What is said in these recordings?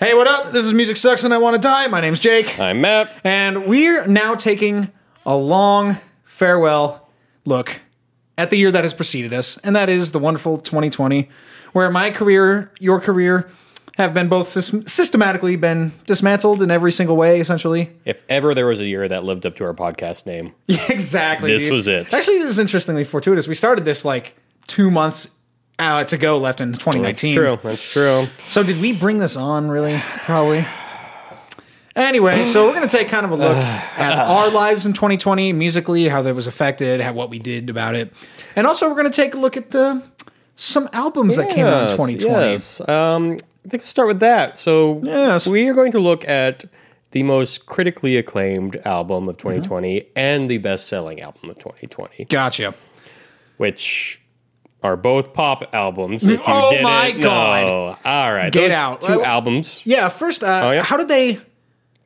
This is Music Sucks and I Want to Die. My name's Jake. I'm Matt. And we're now taking a long farewell look at the year that has preceded us, and that is the wonderful 2020, where my career, your career, have been both sys- systematically been dismantled in every single way, essentially. If ever there was a year that lived up to our podcast name, exactly. This dude. was it. Actually, this is interestingly fortuitous. We started this like two months uh, to go left in 2019. That's true. So did we bring this on really? Probably. Anyway, so we're going to take kind of a look at our lives in 2020 musically, how that was affected, how what we did about it, and also we're going to take a look at the some albums that came out in 2020. Yes. Um, I think let's start with that. So Yes. we are going to look at the most critically acclaimed album of 2020 Mm-hmm. and the best-selling album of 2020, Gotcha. which are both pop albums. If you Oh didn't my know. God. All right, Get those out. Two Well- albums. Yeah. First, uh, Oh, yeah? how did they?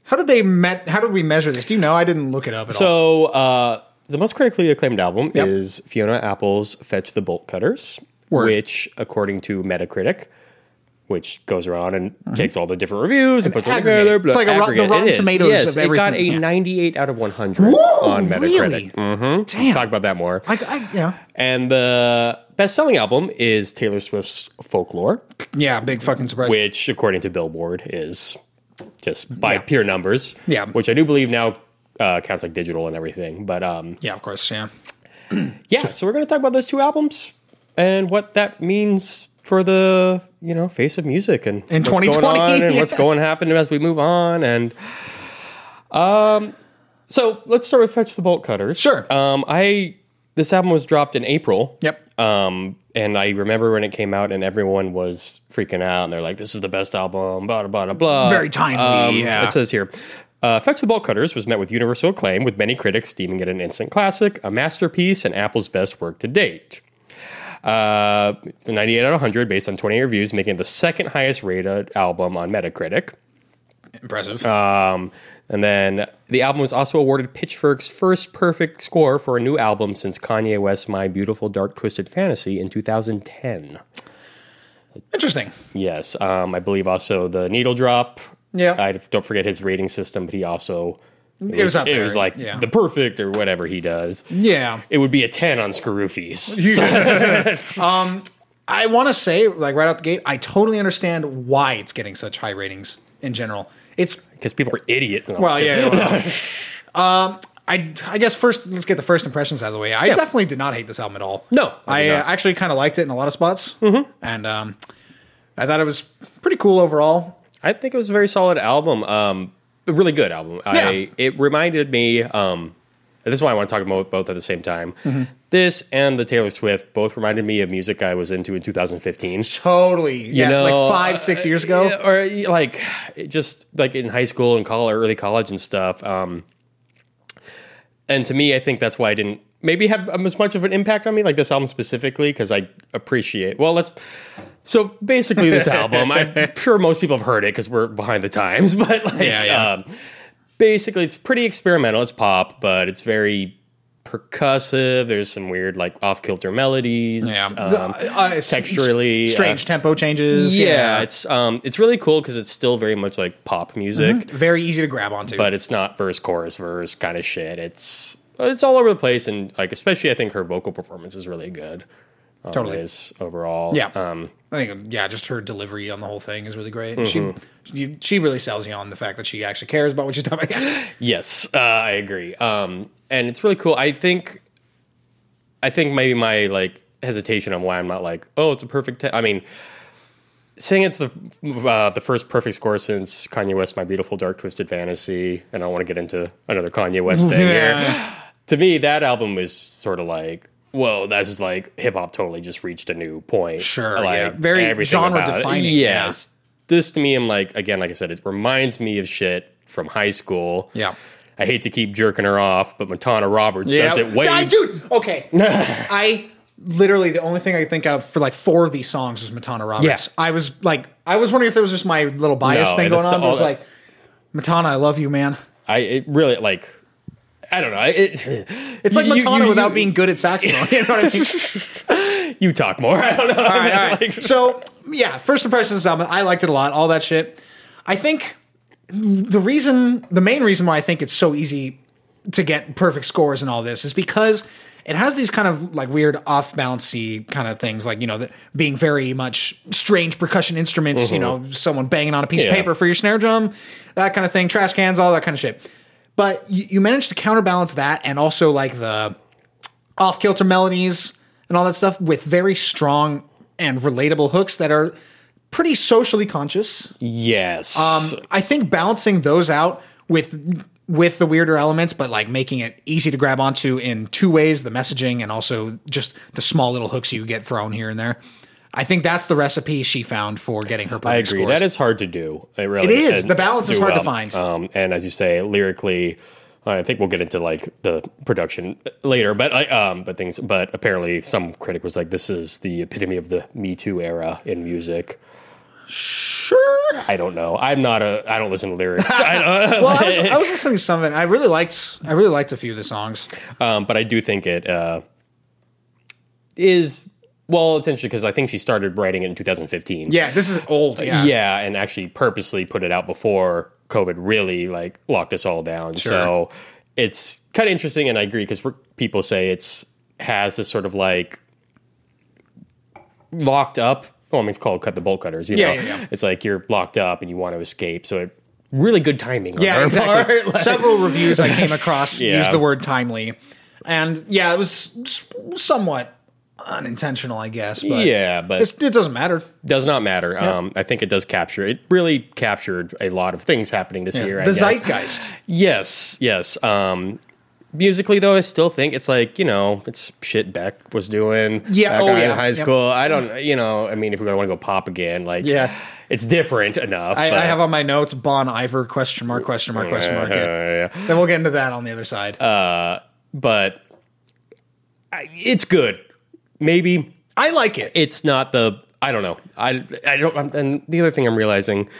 How did they met? How did we measure this? Do you know? I didn't look it up at all. So uh, the most critically acclaimed album Yep. is Fiona Apple's "Fetch the Bolt Cutters," Word. which, according to Metacritic, which goes around and takes all the different reviews and, puts them Uh-huh. aggregate. together. It's like a Rot- the aggregate. Rotten It is. Tomatoes Yes, of It got a everything. Yeah. 98 out of 100 Whoa, on Metacritic. Mm, Mm-hmm. really? Damn. Talk about that more. Like, I, yeah. And the best-selling album is Taylor Swift's "Folklore," Yeah. Big fucking surprise. which, according to Billboard, is just by pure numbers. Yeah. which I do believe now uh, counts like digital and everything. But um, Yeah. Of course. Yeah. yeah, so we're going to talk about those two albums and what that means for the you know face of music and In what's going 2020, on and what's yeah. going to happen as we move on and um so let's start with fetch the bolt cutters Sure. um i this album was dropped in april Yep. um and i remember when it came out and everyone was freaking out and they're like this is the best album blah blah blah blah Um, Very timely, yeah. it says here uh, Fetch the Bolt Cutters was met with universal acclaim, with many critics deeming it an instant classic, a masterpiece, and Apple's best work to date. Uh, 98 out of 100 based on 20 reviews, making it the second highest rated album on Metacritic. Impressive. Um, and then the album was also awarded Pitchfork's first perfect score for a new album since Kanye West's My Beautiful Dark Twisted Fantasy in 2010. Interesting. Yes, um, I believe also the needle drop. Yeah. I don't forget his rating system, but he also it was up it there, was like yeah. the perfect or whatever he does. Yeah. It would be a ten on Scroofies. I want to say, like right out the gate, I totally understand why it's getting such high ratings in general. It's because people are idiot. No, I'm well, just kidding. yeah. well, um, I I guess first let's get the first impressions out of the way. I definitely did not hate this album at all. No, I I did uh, not. Mm-hmm. actually kind of liked it in a lot of spots, and um, I thought it was pretty cool overall. I think it was a very solid album. Um, a really good album. Yeah. I it reminded me. Um, and this is why I want to talk about both at the same time. Mm-hmm. This and the Taylor Swift both reminded me of music I was into in 2015. Totally, yeah, know, uh, like five six years ago. Yeah, or y- like it just like in high school and college, early college and stuff. Um, and to me, I think that's why I didn't maybe have um, as much of an impact on me, like this album specifically, because I appreciate. Well, let's. So basically, this album, I'm sure most people have heard it because we're behind the times, but like, Yeah, yeah. Um, basically, it's pretty experimental. It's pop, but it's very percussive. There's some weird, like off kilter melodies. Yeah, um, The- uh, s- texturally, uh, strange tempo changes. yeah, it's um, it's really cool because it's still very much like pop music, very easy to grab onto. but it's not verse, chorus, verse kind of shit. It's it's all over the place, and like especially I think her vocal performance is really good. um, Totally. is overall. Yeah. um, I think yeah, just her delivery on the whole thing is really great. Mm-hmm. She you- she really sells you on the fact that she actually cares about what she's talking about. yes, uh, I agree. Um, and it's really cool. I think, I think maybe my like hesitation on why I'm not like, oh, it's a perfect. Te-. I mean. Saying it's the uh, the first perfect score since Kanye West, "My Beautiful Dark Twisted Fantasy," and I don't want to get into another Kanye West thing here. to me, that album is sort of like, whoa, that's just like hip hop totally just reached a new point. Sure, like, yeah. Very everything about it. genre-defining, yeah. Yes, this to me, I'm like, again, like I said, it reminds me of shit from high school. Yeah. I hate to keep jerking her off, but Matana Roberts does it way. I, dude. Okay, I literally the only thing I could think of for like four of these songs was Matana Roberts. Yeah. I was like, I was wondering if there was just my little bias No, thing and going it's on. the- But it was all- like, Matana, I love you, man. I it really like. I don't know. I- It, It's like you- you- Matana you- without you- being good at saxophone. You know what I mean? You talk more. I don't know. All right, all right. So yeah, first impressions of this album, I liked it a lot. All that shit. I think the reason, the main reason why I think it's so easy to get perfect scores and all this is because it has these kind of like weird off bouncy kind of things, like you know, that being very much strange percussion instruments. You know, someone banging on a piece Yeah. of paper for your snare drum, that kind of thing, trash cans, all that kind of shit. But you, you manage to counterbalance that and also like the off kilter melodies and all that stuff with very strong and relatable hooks that are pretty socially conscious. Yes. Um, I think balancing those out with with the weirder elements, but like making it easy to grab onto in two ways: the messaging and also just the small little hooks you get thrown here and there. I think that's the recipe she found for getting her perfect I agree. scores. That is hard to do. It really It is. and The balance is do hard to well. find. Um, and as you say, lyrically, I think we'll get into like the production later, but I, um, but things, but apparently, some critic was like, "This is the epitome of the Me Too era in music." sure. I don't know. I'm not a. I don't listen to lyrics. I don't, Well, I was, I was listening to some of it. and I really liked. I really liked a few of the songs. um, but I do think it uh, is well, it's interesting because I think she started writing it in 2015. Yeah, this is old. Yeah. yeah, and actually purposely put it out before COVID really like locked us all down. So it's kind of interesting, and I agree because people say it's has this sort of like locked up. Well, I mean, it's called cut the bolt cutters. You Yeah, know, yeah, yeah. it's like you're locked up and you want to escape. So it really good timing. On Yeah, her exactly. part. Like- Several reviews I came across Yeah. used the word timely, and yeah, it was s- somewhat unintentional, I guess. But yeah, but it's, it doesn't matter. does not matter. Um, I think it does capture. It really captured a lot of things happening this year. I the guess. zeitgeist. Yes, yes. Um, musically, though, I still think it's like you know, it's shit Beck was doing. Yeah, back oh, in yeah, high yep. school. I don't. You know, I mean, if we're gonna want to go pop again, like Yeah. it's different enough. I, but- uh, I have on my notes Bon Iver question mark question mark question mark. yeah. Yeah, yeah. Then we'll get into that on the other side. uh, but I, it's good. Maybe I like it. it's not the. I don't know. I I don't. I'm, and the other thing I'm realizing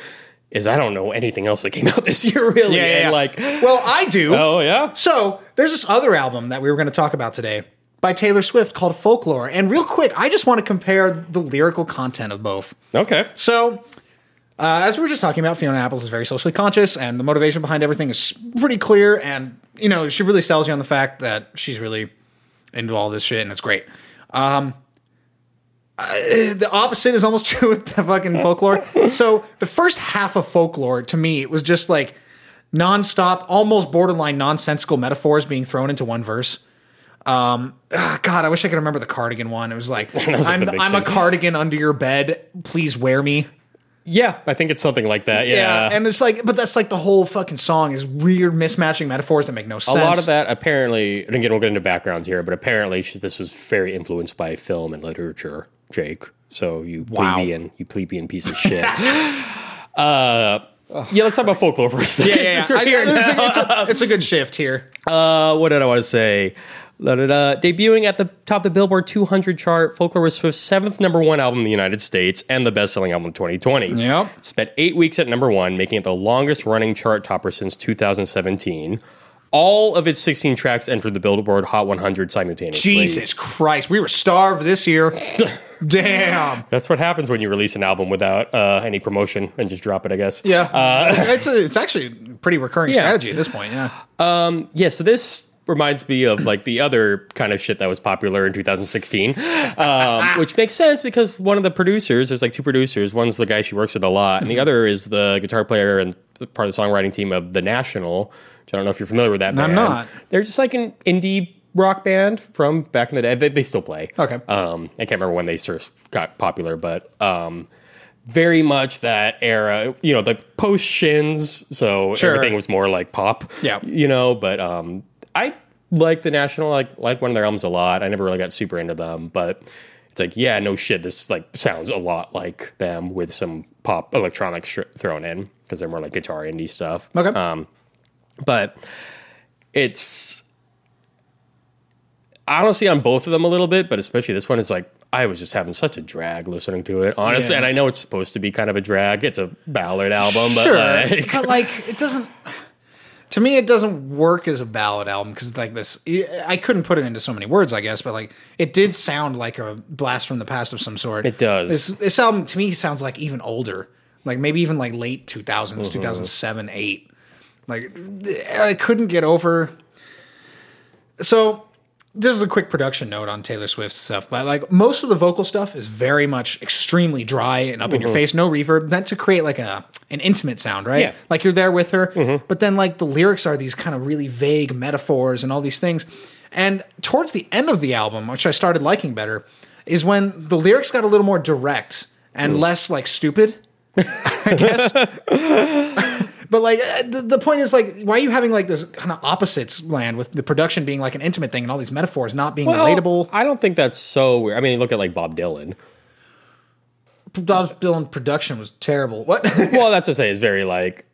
is I don't know anything else that came out this year. Really, yeah, yeah, and yeah. like. well, I do. Oh yeah. So there's this other album that we were going to talk about today by Taylor Swift called Folklore. And real quick, I just want to compare the lyrical content of both. Okay. So, uh, as we were just talking about, Fiona Apples is very socially conscious, and the motivation behind everything is pretty clear. And you know, she really sells you on the fact that she's really into all this shit, and it's great. Um, uh, the opposite is almost true with the fucking folklore. So, the first half of folklore to me it was just like nonstop, almost borderline nonsensical metaphors being thrown into one verse. Um, ah, God, I wish I could remember the cardigan one. It was like, was, like, I'm, the big I'm a sing- cardigan under your bed. Please wear me. Yeah, I think it's something like that. Yeah. And it's like, but that's like the whole fucking song is weird mismatching metaphors that make no sense. a lot of that apparently, and again, we'll get into backgrounds here, but apparently she, this was very influenced by film and literature, Jake. So you Wow. plebeian, you plebeian piece of shit. uh, yeah, let's talk about folklore for a second. Yeah, yeah, It's yeah. right I- here it's, now. a, it's, a, it's a good shift here. Uh, what did I want to say? La, da, da. Debuting at the top of the Billboard 200 chart, Folklore was Swift's seventh number one album in the United States and the best selling album of 2020. Yep. It spent eight weeks at number one, making it the longest running chart topper since 2017. All of its 16 tracks entered the Billboard Hot 100 simultaneously. Jesus Christ, we were starved this year. Damn. That's what happens when you release an album without uh, any promotion and just drop it, I guess. Yeah, Uh, it's a, it's actually a pretty recurring strategy at this point. Yeah, Yeah, so this reminds me of like the other kind of shit that was popular in 2016, um, which makes sense because one of the producers, there's like two producers. One's the guy she works with a lot, Mm-hmm. and the other is the guitar player and part of the songwriting team of The National, which I don't know if you're familiar with that I'm band. not. They're just like an indie rock band from back in the day. They, they still play. Okay. Um, I can't remember when they first got popular, but um, very much that era, you know, the post shins. So Sure. everything was more like pop. Yeah. You know, but um, I like the National, like like one of their albums a lot. I never really got super into them, but it's like, yeah, no shit, this like sounds a lot like them with some pop electronic sh- thrown in because they're more like guitar indie stuff. Okay. Um, but it's honestly on both of them a little bit, but especially this one is like I was just having such a drag listening to it, honestly. Yeah. And I know it's supposed to be kind of a drag; it's a ballad album, but like, but like it doesn't. To me, it doesn't work as a ballad album because like this, I couldn't put it into so many words, I guess. But like, it did sound like a blast from the past of some sort. It does. This, this album to me sounds like even older. like maybe even like late 2000s, Mm-hmm. 2007, 8. Like th- I couldn't get over. So this is a quick production note on Taylor Swift stuff, but like most of the vocal stuff is very much extremely dry and up in your face, no reverb, meant to create like a an intimate sound, right? Yeah. Like you're there with her, but then like the lyrics are these kind of really vague metaphors and all these things. And towards the end of the album, which I started liking better, is when the lyrics got a little more direct and less like stupid. I guess. But like uh, the, the point is like why are you having like this kind of opposites land with the production being like an intimate thing and all these metaphors not being relatable? I don't think that's so weird. I mean, look at like Bob Dylan. Bob Dylan production was terrible. What? well, that's what I say is very like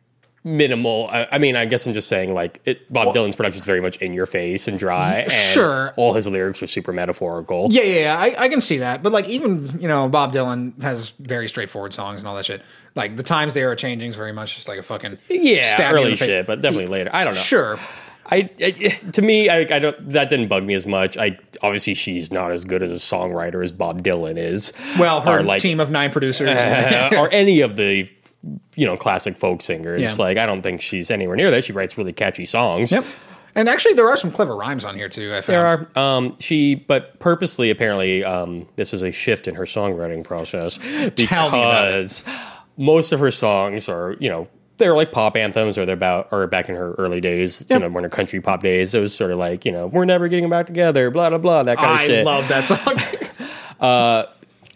minimal. I, I mean, I guess I'm just saying like it, Bob Dylan's production is very much in your face and dry. And Sure. all his lyrics are super metaphorical. yeah, yeah, yeah. I, I can see that. But like even you know Bob Dylan has very straightforward songs and all that shit. Like the times they are changing is very much just like a fucking yeah, stab you in early the face. shit, but definitely later. I don't know. Sure. I, I to me, I, I don't. That didn't bug me as much. I obviously she's not as good as a songwriter as Bob Dylan is. Well, her Or, like- team of nine producers. or any of the you know classic folk singers. Yeah. Like I don't think she's anywhere near that. She writes really catchy songs. yep. And actually, there are some clever rhymes on here too. I found. There are um, she, but purposely apparently um, this was a shift in her songwriting process Tell me about because most of her songs are you know they're like pop anthems or they're about or back in her early days Yep. you know when her country pop days it was sort of like you know we're never getting back together blah blah blah that kind of I Oh, shit. love that song. Uh, too.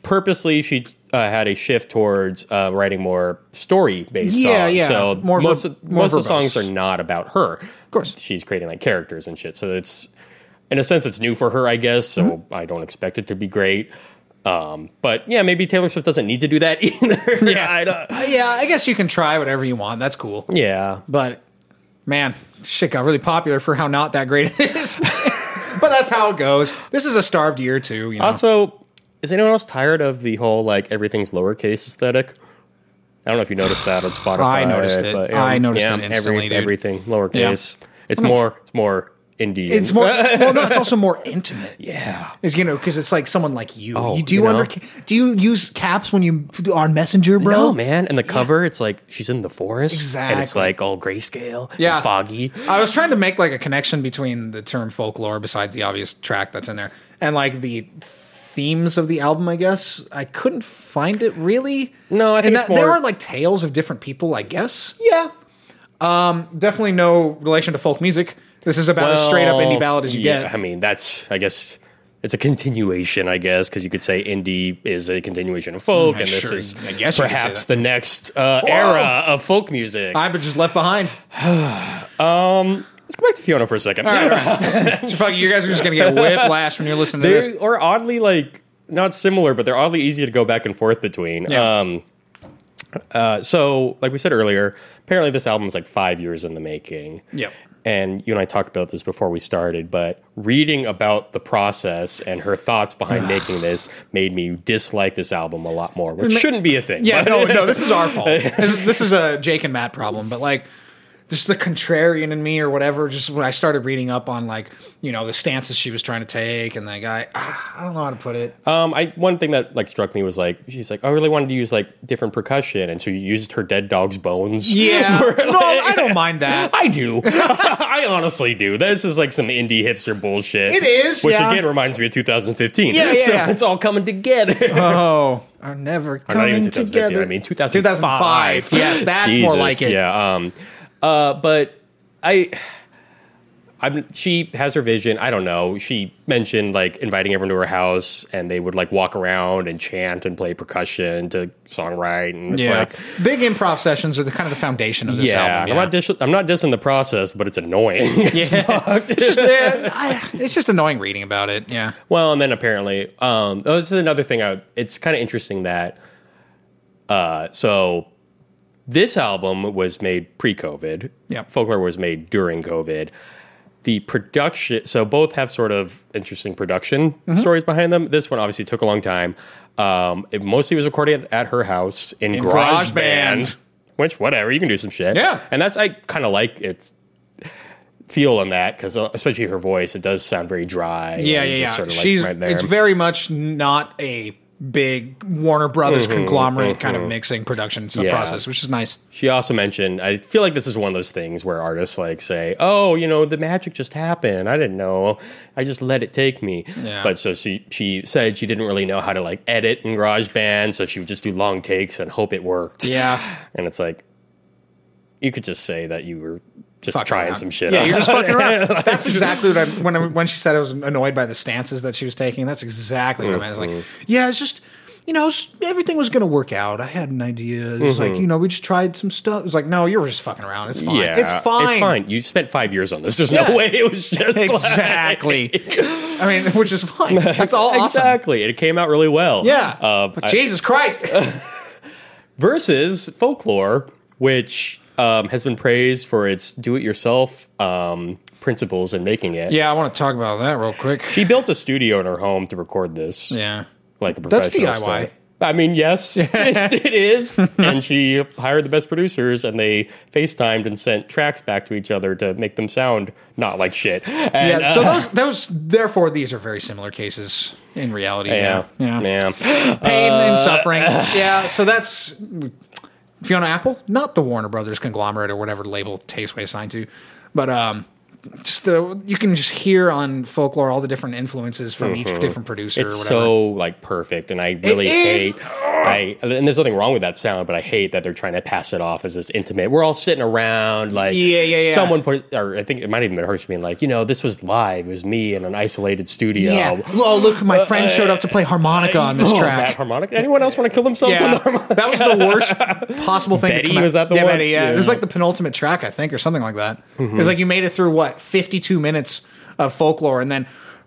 purposely she uh, had a shift towards uh, writing more story based Yeah, songs. yeah. So More most verb- of, more most of the verbose. songs are not about her. Of course. she's creating like characters and shit. So it's in a sense it's new for her, I guess. So Mm-hmm. I don't expect it to be great. Um, but yeah, maybe Taylor Swift doesn't need to do that either. Yeah, I don't, yeah, I guess you can try whatever you want. That's cool. yeah. But man, shit got really popular for how not that great it is. but that's how it goes. This is a starved year too, you know. Also, is anyone else tired of the whole like everything's lowercase aesthetic? I don't know if you noticed that on Spotify. noticed it. you know, I noticed it instantly, Every, dude. Everything lowercase. It's more. It's more indie. it's more well, no, it's also more intimate. Yeah. It's you know because it's like someone like you. Oh, you do you know? under do you use caps when you are messenger, bro? No, Oh, man. And the cover, it's like she's in the forest. And it's Exactly. like all grayscale. and Yeah. foggy. I was trying to make like a connection between the term folklore, besides the obvious track that's in there, and like the themes of the album. I guess I couldn't find it really. No, I think and it's there more- are like tales of different people. I guess Yeah. definitely no relation to folk music. This is about as straight up indie ballad as you yeah, get. I mean, that's, I guess, it's a continuation, I guess, because you could say indie is a continuation of folk. and this sure, is Mm, I guess you could say perhaps that. the next uh, era of folk music. I was just left behind. Let's go back to Fiona for a second. So fuck, you guys are just gonna get whiplash when you're listening to this. They are oddly like not similar, but they're oddly easy to go back and forth between. Yeah. Um, uh, so, like we said earlier, apparently this album's like five years in the making. Yep. And you and I talked about this before we started, but reading about the process and her thoughts behind making this made me dislike this album a lot more, which shouldn't be a thing. Yeah, but- no, no, this is our fault. This is, this is a Jake and Matt problem, but like just the contrarian in me or whatever. Just when I started reading up on like you know the stances she was trying to take, and like I, I don't know how to put it. Um, I one thing that like struck me was like she's like I really wanted to use like different percussion, and so you used her dead dog's bones. Yeah, for, no, like- I don't mind that. I do. I honestly do. This is like some indie hipster bullshit. It is, which yeah. again reminds me of 2015. Yeah, yeah, so yeah. it's all coming together. Oh, are never Or not even coming 2015. together. I mean 2005. 2005. Yes, that's more Jesus, like it. Yeah. Um. Uh. But I. I'm, she has her vision. I don't know. She mentioned like inviting everyone to her house, and they would like walk around and chant and play percussion to songwrite. And it's yeah, like, big improv sessions are the kind of the foundation of this yeah, album. I'm not dis- I'm not dissing the process, but it's annoying. It's fucked. it's just uh, I, it's just annoying reading about it. Yeah, Well, and then apparently, um, oh, this is another thing. I, it's kind of interesting that, uh, so this album was made pre-COVID. Yep. Folklore was made during COVID. The production, so both have sort of interesting production Mm-hmm. stories behind them. This one obviously took a long time. Um, it mostly was recorded at her house in, In GarageBand, GarageBand. which whatever you can do some shit. Yeah. and that's I kind of like its feel on that because especially her voice, it does sound very dry. yeah, and yeah, just yeah. sort of, like, She's right there. it's very much not a big Warner Brothers conglomerate kind of mixing production sub Mm-hmm, Yeah. process, which is nice. She also mentioned, I feel like this is one of those things where artists like say, "Oh, you know, the magic just happened. I didn't know. I just let it take me." Yeah. But so she she said she didn't really know how to like edit in GarageBand, so she would just do long takes and hope it worked. Yeah. And it's like you could just say that you were just Fucking trying around. some shit. Yeah, out. you're just fucking around. That's exactly what I when I, when she said I was annoyed by the stances that she was taking. That's exactly what I meant. I was like, Mm-hmm. yeah, it's just you know s- everything was going to work out. I had an idea. It's like you know we just tried some stuff. It was like no, you were just fucking around. It's fine. Mm-hmm. Yeah, it's fine. It's fine. You spent five years on this. There's Yeah. no way it was just like- Exactly. I mean, which is fine. That's all awesome. Exactly. It came out really well. Yeah. Uh, but I- Jesus Christ. versus folklore, which um, has been praised for its do-it-yourself um, principles in making it. yeah, I want to talk about that real quick. She built a studio in her home to record this, Yeah. like a That's professional DIY. studio. I mean, yes, it, it is. And she hired the best producers, and they FaceTimed and sent tracks back to each other to make them sound not like shit. And, uh, Yeah. So those those therefore these are very similar cases in reality. yeah, Uh, Yeah. yeah. pain and suffering. Yeah, so that's Fiona Apple, not the Warner Brothers conglomerate or whatever label Tasteway signed to, but um, just the you can just hear on folklore all the different influences from each different producer or Mm-hmm. it's whatever. so like perfect and i really is. hate I, and there's nothing wrong with that sound but i hate that they're trying to pass it off as this intimate we're all sitting around like Yeah, yeah, yeah. someone put or i think it might even been her being like you know this was live it was me in an isolated studio yeah. Oh, look, my friend showed up to play harmonica on this Uh, Oh, that track. harmonic anyone else want to kill themselves on the Yeah, harmonic that was the worst possible thing. Betty, to come out- was that the yeah, one? Betty, yeah. it was Yeah. Mm-hmm. like the penultimate track, I think, or something like that. It was like you made it through what fifty-two minutes of folklore, and then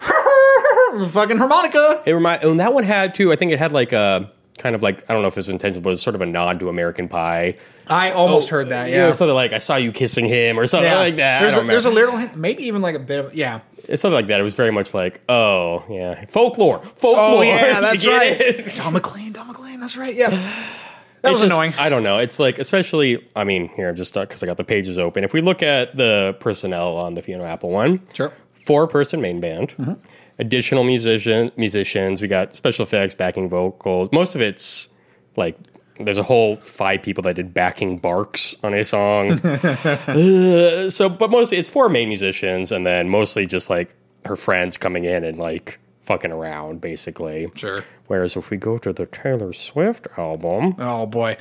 fucking harmonica. it remind and that one had too i think it had like a kind of like i don't know if it's intentional but it's sort of a nod to american pie I almost heard that. Yeah, or Oh, something like i saw you kissing him or something Yeah. like that I There's, don't a, there's a remember. lyrical hint, maybe even like a bit of yeah. it's something like that. It was very much like, oh yeah, folklore, folklore. Oh, Oh, You get it? Don McLean, Don McLean, that's right. Yeah, that was It's just- annoying. I don't know. It's like, especially, I mean, here I'm just because I got the pages open. If we look at the personnel on the Fiona Apple one, Sure. four-person main band, Mm-hmm. additional musician musicians. We got special effects, backing vocals. Most of it's like. There's a whole five people that did backing barks on a song. Uh, so, but mostly it's four main musicians, and then mostly just like her friends coming in and like fucking around, basically. Sure. Whereas if we go to the Taylor Swift album, Oh boy,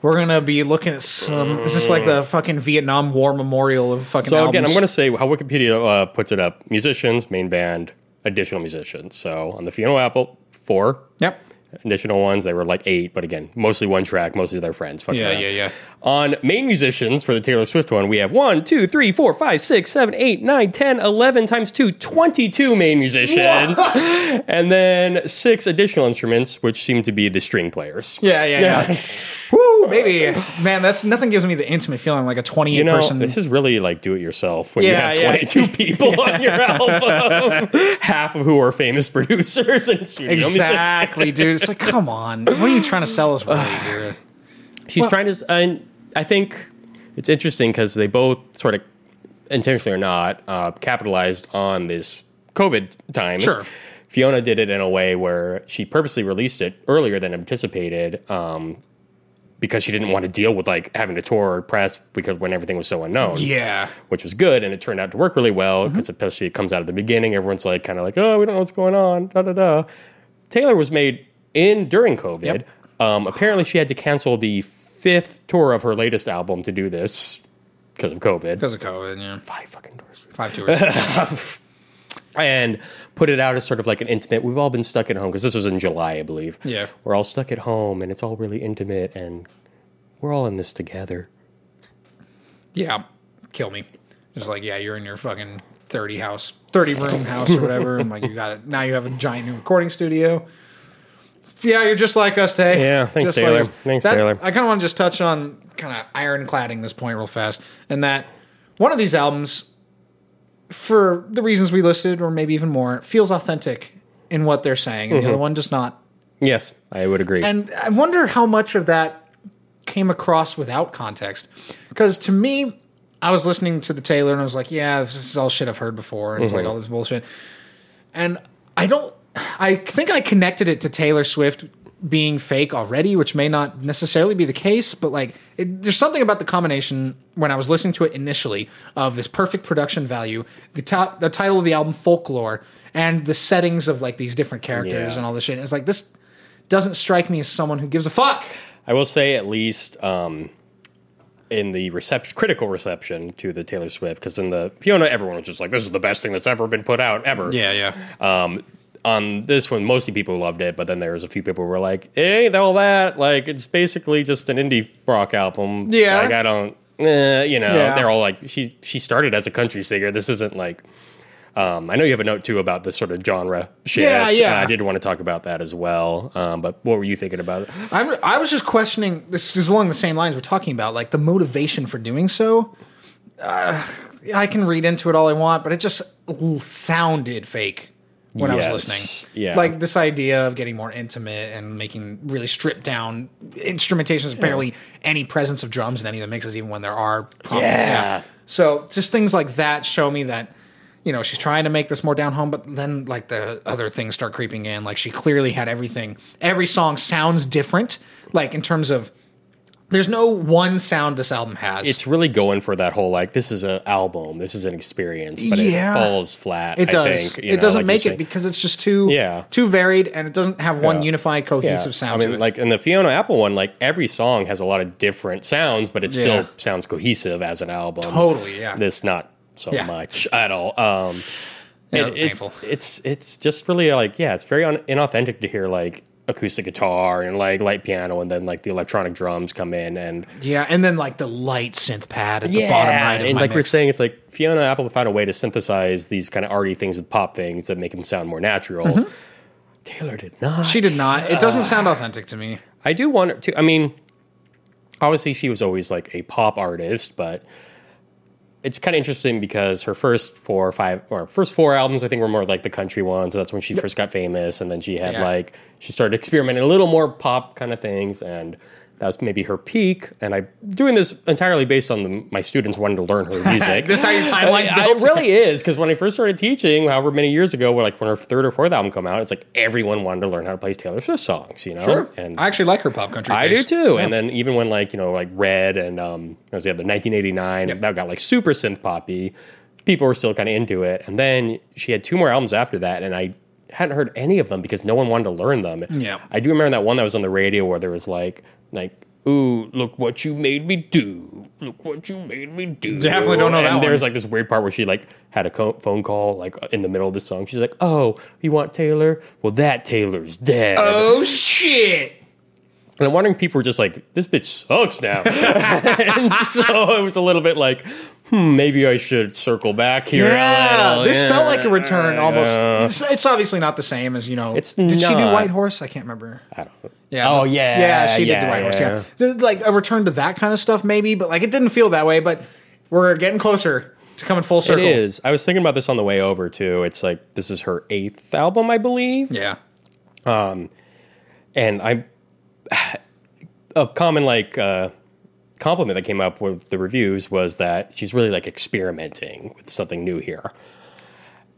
we're gonna be looking at some. Is this like the fucking Vietnam War memorial of fucking? So again, I'm albums? going to say how Wikipedia uh, puts it up: musicians, main band, additional musicians. So on the Fiona Apple, four Yep. additional ones. They were like eight, but again, mostly one track, mostly their friends. Fuck Yeah, around. yeah, yeah. On main musicians for the Taylor Swift one, we have one, two, three, four, five, six, seven, eight, nine, 10, 11 times two, 22 main musicians. and then six additional instruments, which seem to be the string players. Yeah, yeah, yeah. Woo, baby, man, that's nothing gives me the intimate feeling like a 28 You know, person. this is really like do it yourself when Yeah, you yeah. have 22 people on your album, half of who are famous producers and studio musicians. exactly, dude. It's like, come on, what are you trying to sell us, really, here? She's trying to, and I think it's interesting because they both sort of, intentionally or not, uh, capitalized on this COVID time. Sure. Fiona did it in a way where she purposely released it earlier than anticipated um, because she didn't want to deal with like having to tour or press because when everything was so unknown. Yeah, which was good, and it turned out to work really well Mm-hmm. because especially it comes out at the beginning, everyone's like kind of like, oh, we don't know what's going on, da da da. Taylor was made in during COVID. Yep. Um, apparently, she had to cancel the fifth tour of her latest album to do this because of COVID. because of COVID. Yeah, Five fucking tours. five tours. And put it out as sort of like an intimate. We've all been stuck at home because this was in July, I believe. Yeah. we're all stuck at home, and it's all really intimate, and we're all in this together. yeah, kill me. Just like, yeah, you're in your fucking 30 house, 30 room house or whatever. And like, you got it. Now you have a giant new recording studio. Yeah, you're just like us, Tay. Yeah, thanks, Just Taylor. us. Thanks, That- Taylor. I kind of want to just touch on kind of ironcladding this point real fast. And that one of these albums, for the reasons we listed, or maybe even more, feels authentic in what they're saying. And the Mm-hmm. other one does not. Yes, I would agree. And I wonder how much of that came across without context. Because to me, I was listening to the Taylor and I was like, yeah, this is all shit I've heard before. And it's like all this bullshit. And I don't I think I connected it to Taylor Swift being fake already, which may not necessarily be the case, but like it, there's something about the combination when I was listening to it initially of this perfect production value, the top, the title of the album Folklore, and the settings of like these different characters Yeah. and all this shit. It's like this doesn't strike me as someone who gives a fuck. I will say at least um, in the reception, critical reception to the Taylor Swift, because in the Fiona, everyone was just like, "This is the best thing that's ever been put out ever." yeah. Um, on this one, mostly people loved it, but then there was a few people who were like, "It ain't all that. Like, it's basically just an indie rock album." Yeah. Like, I don't, eh, you know, Yeah. they're all like, "She she started as a country singer. This isn't like." Um, I know you have a note too about the sort of genre shift. Yeah, yeah. I did want to talk about that as well. Um, but what were you thinking about it? I'm, I was just questioning. This is along the same lines we're talking about, like the motivation for doing so. Uh, I can read into it all I want, but it just l- sounded fake when I was Yes, listening. yeah. like this idea of getting more intimate and making really stripped down instrumentations, barely any presence of drums in any of the mixes, even when there are. prominent- Yeah. So just things like that show me that. You know, she's trying to make this more down home, but then like the other things start creeping in. Like she clearly had everything. Every song sounds different, like in terms of there's no one sound this album has. it's really going for that whole like this is an album, this is an experience, but Yeah. it falls flat. it I does. think, you it know, doesn't like make you're it saying. because it's just too Yeah. too varied and it doesn't have one Yeah. unified cohesive I sound. to mean, it. like in the Fiona Apple one, like every song has a lot of different sounds, but it Yeah. still sounds cohesive as an album. Totally, yeah. This not so Yeah. much at all. Um, Yeah, it- it's painful. it's it's just really like yeah, it's very un- inauthentic to hear like acoustic guitar and like light piano, and then like the electronic drums come in and yeah, and then like the light synth pad at the bottom right of and my like we're mix. saying, it's like Fiona Apple found a way to synthesize these kind of arty things with pop things that make them sound more natural. Taylor did not. she did not. It doesn't sound authentic to me. I do wonder to. I mean, obviously she was always like a pop artist, but it's kind of interesting because her first four or five or first four albums I think were more like the country ones. So that's when she first got famous, and then she had Yeah. like she started experimenting a little more pop kind of things and. That was maybe her peak, and I'm doing this entirely based on the, my students wanting to learn her music. This how your timeline's I- built? It really is because when I first started teaching, however many years ago, when like when her third or fourth album come out, it's like everyone wanted to learn how to play Taylor Swift songs, you know. And I actually like her pop country. I do face. too. And then even when like you know like Red and um what was the other 1989 that got like super synth poppy, people were still kind of into it. And then she had two more albums after that, and I hadn't heard any of them because no one wanted to learn them. Yeah. I do remember that one that was on the radio where there was like like. Ooh, look what you made me do! Look what you made me do! Definitely don't know that And one. there's like this weird part where she like had a co- phone call like in the middle of the song. She's like, "Oh, you want Taylor? Well, that Taylor's dead." Oh shit! And I'm wondering if people were just like, this bitch sucks now. and so it was a little bit like, hmm, maybe I should circle back here. a Yeah, little. this Yeah. felt like a return almost. It's, it's obviously not the same as you know. It's did she do not. White Horse? I can't remember. I don't know. Yeah. Oh, the- yeah, Yeah, she did the yeah, White Horse. yeah. Yeah, There's, like a return to that kind of stuff maybe, but like it didn't feel that way. But we're getting closer to coming full It circle. is. I was thinking about this on the way over too. It's like this is her eighth album, I believe. Yeah. and I a common like uh, compliment that came up with the reviews was that she's really like experimenting with something new here.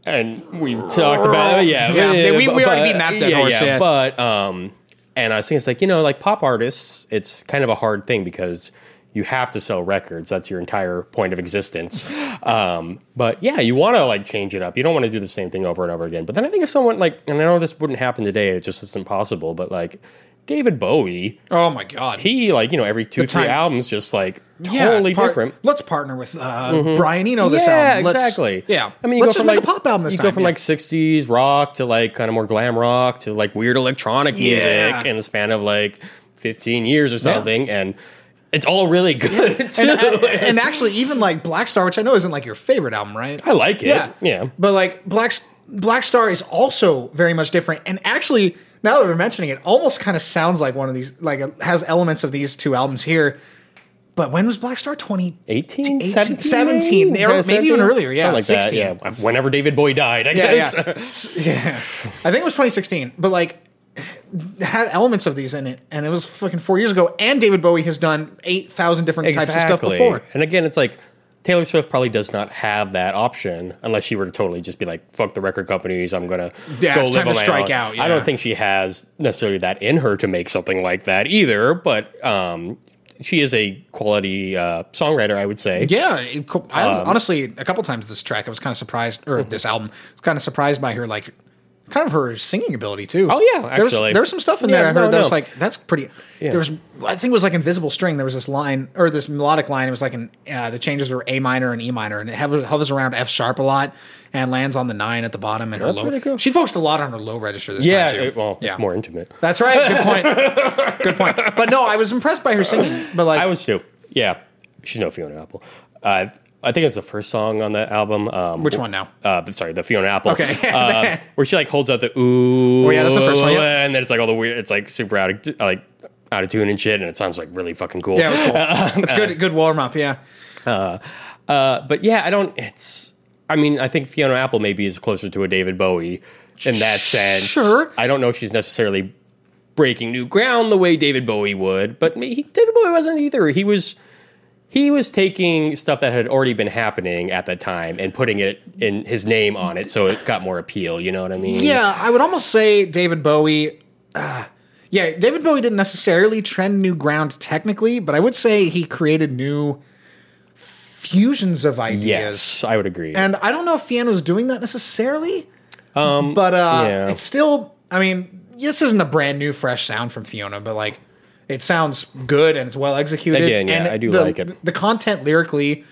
And we've talked about yeah, Yeah, we- we already but- beat that dead horse, yeah. But um, and I was thinking it's like you know like pop artists, it's kind of a hard thing because you have to sell records. That's your entire point of existence. Um, but yeah, you want to like change it up. You don't want to do the same thing over and over again. But then I think if someone like, and I know this wouldn't happen today, it just isn't possible. But like David Bowie, Oh my god. he like you know every two three time- albums just like Yeah, totally par- different. Mm-hmm. Let's partner with uh, Brian Eno this yeah, album. Let's- exactly. Yeah. I mean, you let's just go from make like, a pop album this you time. go from yeah. like '60s rock to like kind of more glam rock to like weird electronic Yeah. music in the span of like 15 years or something, and it's all really good. too. and actually, even like Black Star, which I know isn't like your favorite album, right? I like it. Yeah, yeah. But like Black Black Star is also very much different, and actually, now that we're mentioning it, almost kind of sounds like one of these. Like it has elements of these two albums here. But when was Black Star twenty? 18, 18, 17, maybe? or maybe even earlier, yeah, Something like 16. that. Yeah, whenever David Bowie died, I Yeah, yeah. guess. S- yeah. I think it was twenty sixteen. But like had elements of these in it, and it was fucking four years ago. And David Bowie has done eight thousand different types of stuff before. And again, it's like Taylor Swift probably does not have that option unless she were to totally just be like, "Fuck the record companies, I'm gonna Yeah, go it's live time on to my strike own." out, I yeah. don't think she has necessarily that in her to make something like that either. But um, she is a quality uh, songwriter, I would say. Yeah, it co- I Um, was honestly a couple times this track I was kind of surprised, or this album I was kind of surprised by her like kind of her singing ability too. Oh, yeah, there was, actually. there was some stuff in Yeah, there I heard no, that was no. like that's pretty. There was I think it was like Invisible String. There was this line or this melodic line. It was like an uh, the changes were A minor and E minor, and it hovers, hovers around F sharp a lot and lands on the nine at the bottom and her That's low. pretty cool. She focused a lot on her low register this Yeah, time too. it- well, Yeah. it's more intimate. That's right. Good point. Good point. But no, I was impressed by her singing. But like, I was too. Yeah, she's no Fiona Apple. Uh, I think it's the first song on that album. Um, which one now? Uh, sorry, the Fiona Apple. Okay. uh, where she like holds out the ooh. Oh, yeah, that's the first one, yeah. And then it's like all the weird. It's like super out of like out of tune and shit, and it sounds like really fucking cool. Yeah, it was cool. it's good. Good warm up. Yeah. Uh, but yeah, I don't. It's. I mean, I think Fiona Apple maybe is closer to a David Bowie in that sense. Sure. I don't know if she's necessarily breaking new ground the way David Bowie would, but me, he, David Bowie wasn't either. He was. He was taking stuff that had already been happening at that time and putting it in his name on it, so it got more appeal. You know what I mean? Yeah, I would almost say David Bowie. Uh, yeah, David Bowie didn't necessarily trend new ground technically, but I would say he created new fusions of ideas. Yes, I would agree. And I don't know if Fian was doing that necessarily. Um, but uh, yeah. it's still, I mean, this isn't a brand new, fresh sound from Fiona, but like, it sounds good and it's well executed. Again, yeah, and I do the- like it. The content lyrically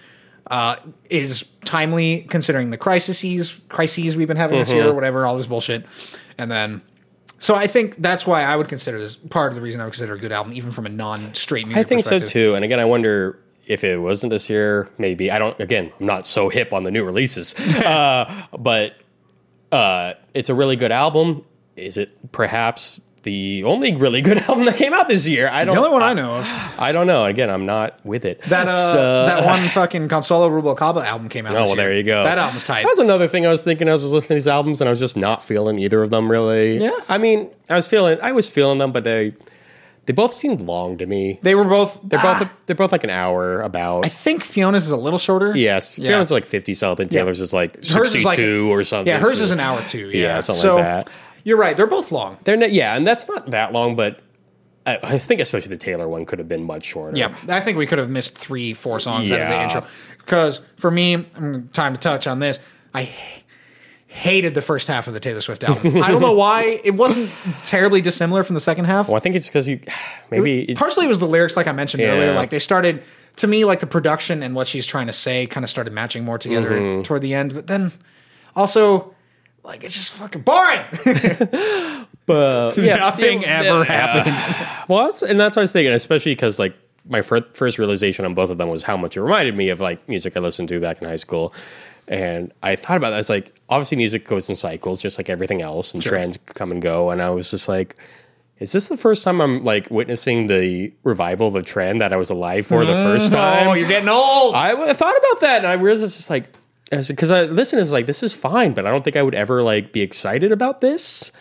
uh, is timely, considering the crises crises we've been having this Mm-hmm. year, or whatever, all this bullshit. And then, so I think that's why I would consider this part of the reason I would consider it a good album, even from a non-straight music. I think so perspective. too. And again, I wonder if it wasn't this year, maybe. I don't. Again, I'm not so hip on the new releases, uh, but uh, it's a really good album. Is it perhaps the only really good album that came out this year? I don't. The only one I know of. I don't know. Again, I'm not with it. That uh, So- that one fucking Consuelo Rubalcaba album came out. this Oh well, year. there you go. That album's tight. That was another thing I was thinking. I was just listening to these albums, and I was just not feeling either of them really. Yeah. I mean, I was feeling, I was feeling them, but they, they both seemed long to me. They were both. They're ah, both, they're both like an hour about. I think Fiona's is a little shorter. Yes, Yeah. Fiona's like fifty something. Taylor's is like Hers sixty-two is like- or something. yeah, hers So is an hour too. Yeah, Yeah, something so like that. You're right. They're both long. They're not, yeah, and that's not that long, but I, I think especially the Taylor one could have been much shorter. Yeah, I think we could have missed three, four songs out of the Yeah. intro. Because for me, mm, time to touch on this. I h- hated the first half of the Taylor Swift album. I don't know why. It wasn't terribly dissimilar from the second half. Well, I think it's because you maybe it, partially it was the lyrics like i mentioned Yeah. earlier like they started to me like the production and what she's trying to say kind of started matching more together Mm-hmm. toward the end but then also like it's just fucking boring but yeah, nothing yeah, ever yeah. happened Well, that's, and that's what I was thinking, especially because like my fir- first realization on both of them was how much it reminded me of like music I listened to back in high school. And I thought about that. It's like obviously music goes in cycles, just like everything else, and trends come and go. And I was just like, is this the first time I'm like witnessing the revival of a trend that I was alive for the first time? oh you're getting old I w- I thought about that, and I realized it's just like because I listen is like this is fine, but I don't think I would ever like be excited about this,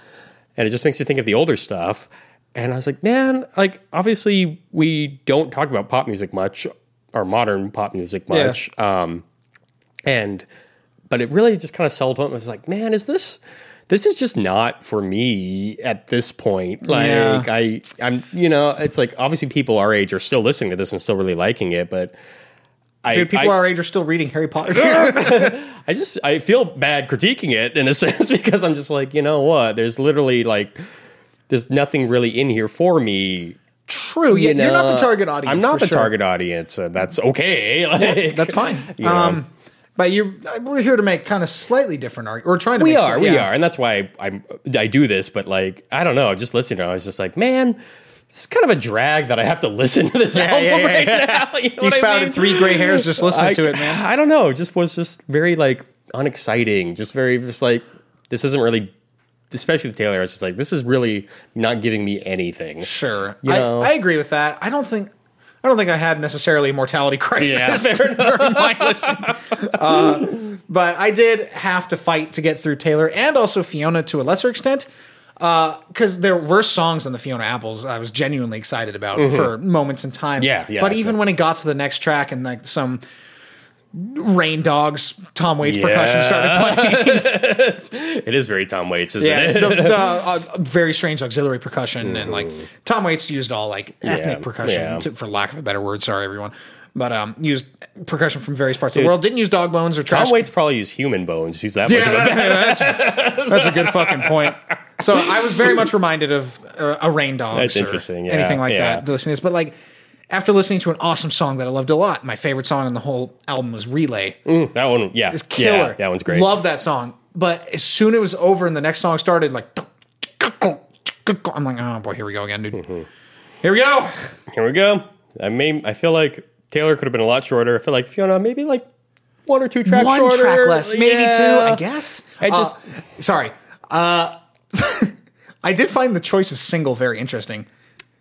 and it just makes you think of the older stuff. And I was like, man, like obviously we don't talk about pop music much or modern pop music Yeah. much, um, and but it really just kind of settled home. I was like, man, is this? This is just not for me at this point. Like Yeah. I, I'm, you know, it's like obviously people our age are still listening to this and still really liking it, but I, dude people I, our age are still reading harry potter I just I feel bad critiquing it in a sense because I'm just like, you know what? There's literally like there's nothing really in here for me. true yeah, you are not the know? target audience I'm not for the sure. target audience, and that's okay. Like, that's fine Yeah. um but you we're here to make kind of slightly different arguments we're trying to we make are, slight- we yeah. are, and that's why I, I'm I do this. But like, I don't know. Just listening, to it, I was just like, man, it's kind of a drag that I have to listen to this album yeah, yeah, right yeah. now. You, know you what I spouted mean? three gray hairs just listening to it man I don't know. It just was just very like unexciting. Just very just like this isn't really especially with Taylor, I was just like, this is really not giving me anything. Sure, You I, know? I agree with that. I don't think I don't think I had necessarily a mortality crisis Yeah, fair during my listen, Uh, but I did have to fight to get through Taylor and also Fiona to a lesser extent because there were songs on the Fiona Apples I was genuinely excited about for moments in time. Mm-hmm. Yeah, yeah, But I even when it got to the next track and like some Rain Dogs, Tom Waits percussion started playing. It is very Tom Waits, isn't Yeah, it? Mm-hmm. the, the uh, very strange auxiliary percussion and like Tom Waits used all like ethnic percussion yeah. to- for lack of a better word. Sorry, everyone, but um, used percussion from various parts of the world. Didn't use dog bones or trash. Tom Waits probably used human bones. He's that much of Yeah, a that- that's, that's a good fucking point. So I was very much reminded of uh, a rain dog. That's or interesting, yeah, anything like yeah. that. To listen to this, but like after listening to an awesome song that I loved a lot, my favorite song on the whole album was Relay. Mm, that one, yeah, It's yeah, killer. that one's great. Love that song. But as soon as it was over and the next song started, like I'm like, oh boy, here we go again, dude. Mm-hmm. Here we go. Here we go. I mean, I feel like Taylor could have been a lot shorter. I feel like Fiona maybe like one or two tracks One shorter, track less, maybe two, I Yeah. guess. I Uh, just- sorry. Uh, I did find the choice of single very interesting.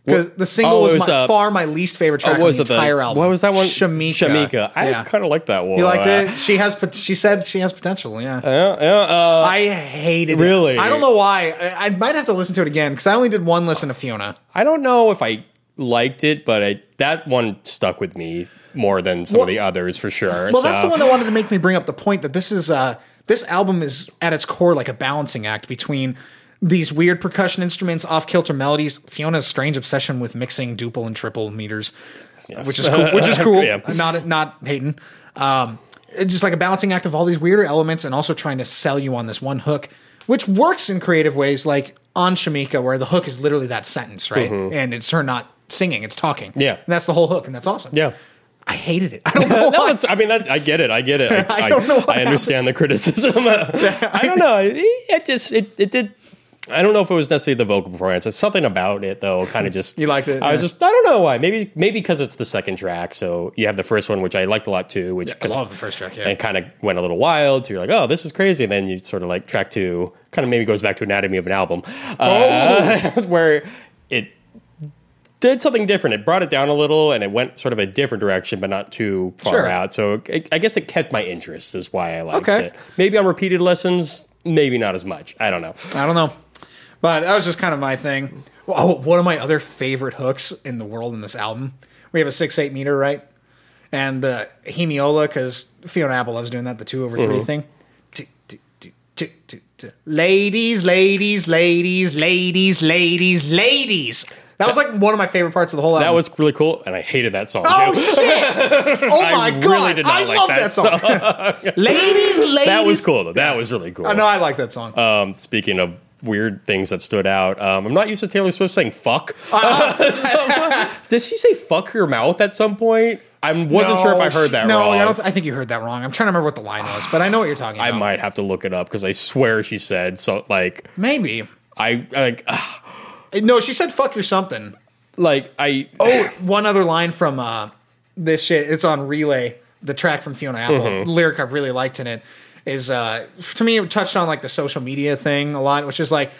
Because the single oh, was, it was, my, uh, far my least favorite track What was on it? the The, entire album. what was that one? Shamika. Shamika. I Oh, yeah. kind of like that one. you liked it. She has. pot- She said she has potential. Yeah. Yeah, yeah, uh, I hated it. Really? I don't know why. I, I might have to listen to it again because I only did one listen to Fiona. I don't know if I liked it, but I, that one stuck with me more than some Well- of the others for sure. Well, that's so- the one that wanted to make me bring up the point that this is uh, this album is at its core like a balancing act between these weird percussion instruments, off kilter melodies, Fiona's strange obsession with mixing duple and triple meters, which is cool, which is cool. Yeah. Not not Hayden. Um, it's just like a balancing act of all these weirder elements and also trying to sell you on this one hook, which works in creative ways, like on Shamika, where the hook is literally that sentence, right? And it's her not singing, it's talking. Mm-hmm. Yeah. And that's the whole hook, and that's awesome. Yeah. I hated it. I don't know No, why. it's, I mean, that's, I get it. I get it. I, I don't know what I understand the criticism. I don't know. It, it just it, it did. I don't know if it was necessarily the vocal performance. It's something about it though. Kind of just You liked it, I was yeah. just I don't know why. Maybe maybe because it's the second track. So you have the first one, which I liked a lot too. Which I 'cause- love the first track. Yeah, and kind of went a little wild. So you're like, oh, this is crazy. And then you sort of like track two kind of maybe goes back to anatomy of an album, uh, Oh. where it did something different. It brought it down a little and it went sort of a different direction, but not too far Sure. out. So it, I guess it kept my interest, is why I liked Okay. it. Maybe on repeated lessons, maybe not as much. I don't know. I don't know, but that was just kind of my thing. Oh, one of my other favorite hooks in the world in this album. We have a six eight meter, right? And the hemiola because Fiona Apple loves doing that the two over 3 Mm-hmm. thing. Tick, tick, tick, tick, tick, tick. Ladies, ladies, ladies, ladies, ladies, ladies. That was like one of my favorite parts of the whole album. That was really cool. And I hated that song. Oh too. shit! Oh my really god! did not I like love that that song. ladies, ladies. that was cool, though. That was really cool. I know I like that song. Um, speaking of weird things that stood out, um, I'm not used to Taylor Swift saying fuck. Did she say fuck her mouth at some point? I wasn't sure if I heard that No, wrong. I I, don't. Th- I think you heard that wrong. I'm trying to remember what the line was, but I know what you're talking about. might have to look it up because I swear she said so. Like Maybe. I like ugh, No, she said "fuck" or something. like I Oh, one other line from uh, this shit. It's on Relay, the track from Fiona Apple. Mm-hmm. The lyric I really liked in it is uh, to me it touched on like the social media thing a lot, which is like.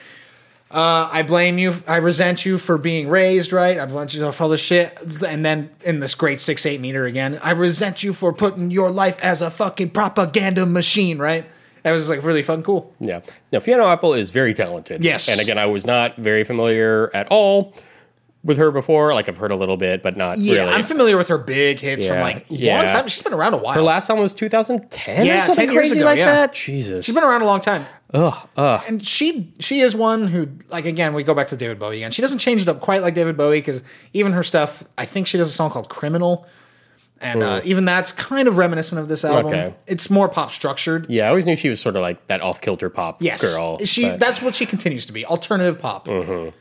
Uh, I blame you. I resent you for being raised right. I blame you for all this shit. And then in this great six eight meter again, I resent you for putting your life as a fucking propaganda machine. Right? That was like really fucking cool. yeah. Now Fiona Apple is very talented. Yes. and again I was not very familiar at all with her before. Like I've heard a little bit, but not Yeah, really. I'm familiar with her big hits from Yeah, like a yeah. long time. She's been around a while. her last song was 2010 Yeah, or something 10 years crazy ago, like yeah. that. Jesus, She's been around a long time. Ugh, And she she is one who like again we go back to David Bowie again. She doesn't change it up quite like David Bowie because even her stuff. I think she does a song called Criminal, and uh, even that's kind of reminiscent of this album. Okay. It's more pop structured. Yeah, I always knew she was sort of like that off kilter pop Yes, girl. She but- that's what she continues to be alternative pop. uh,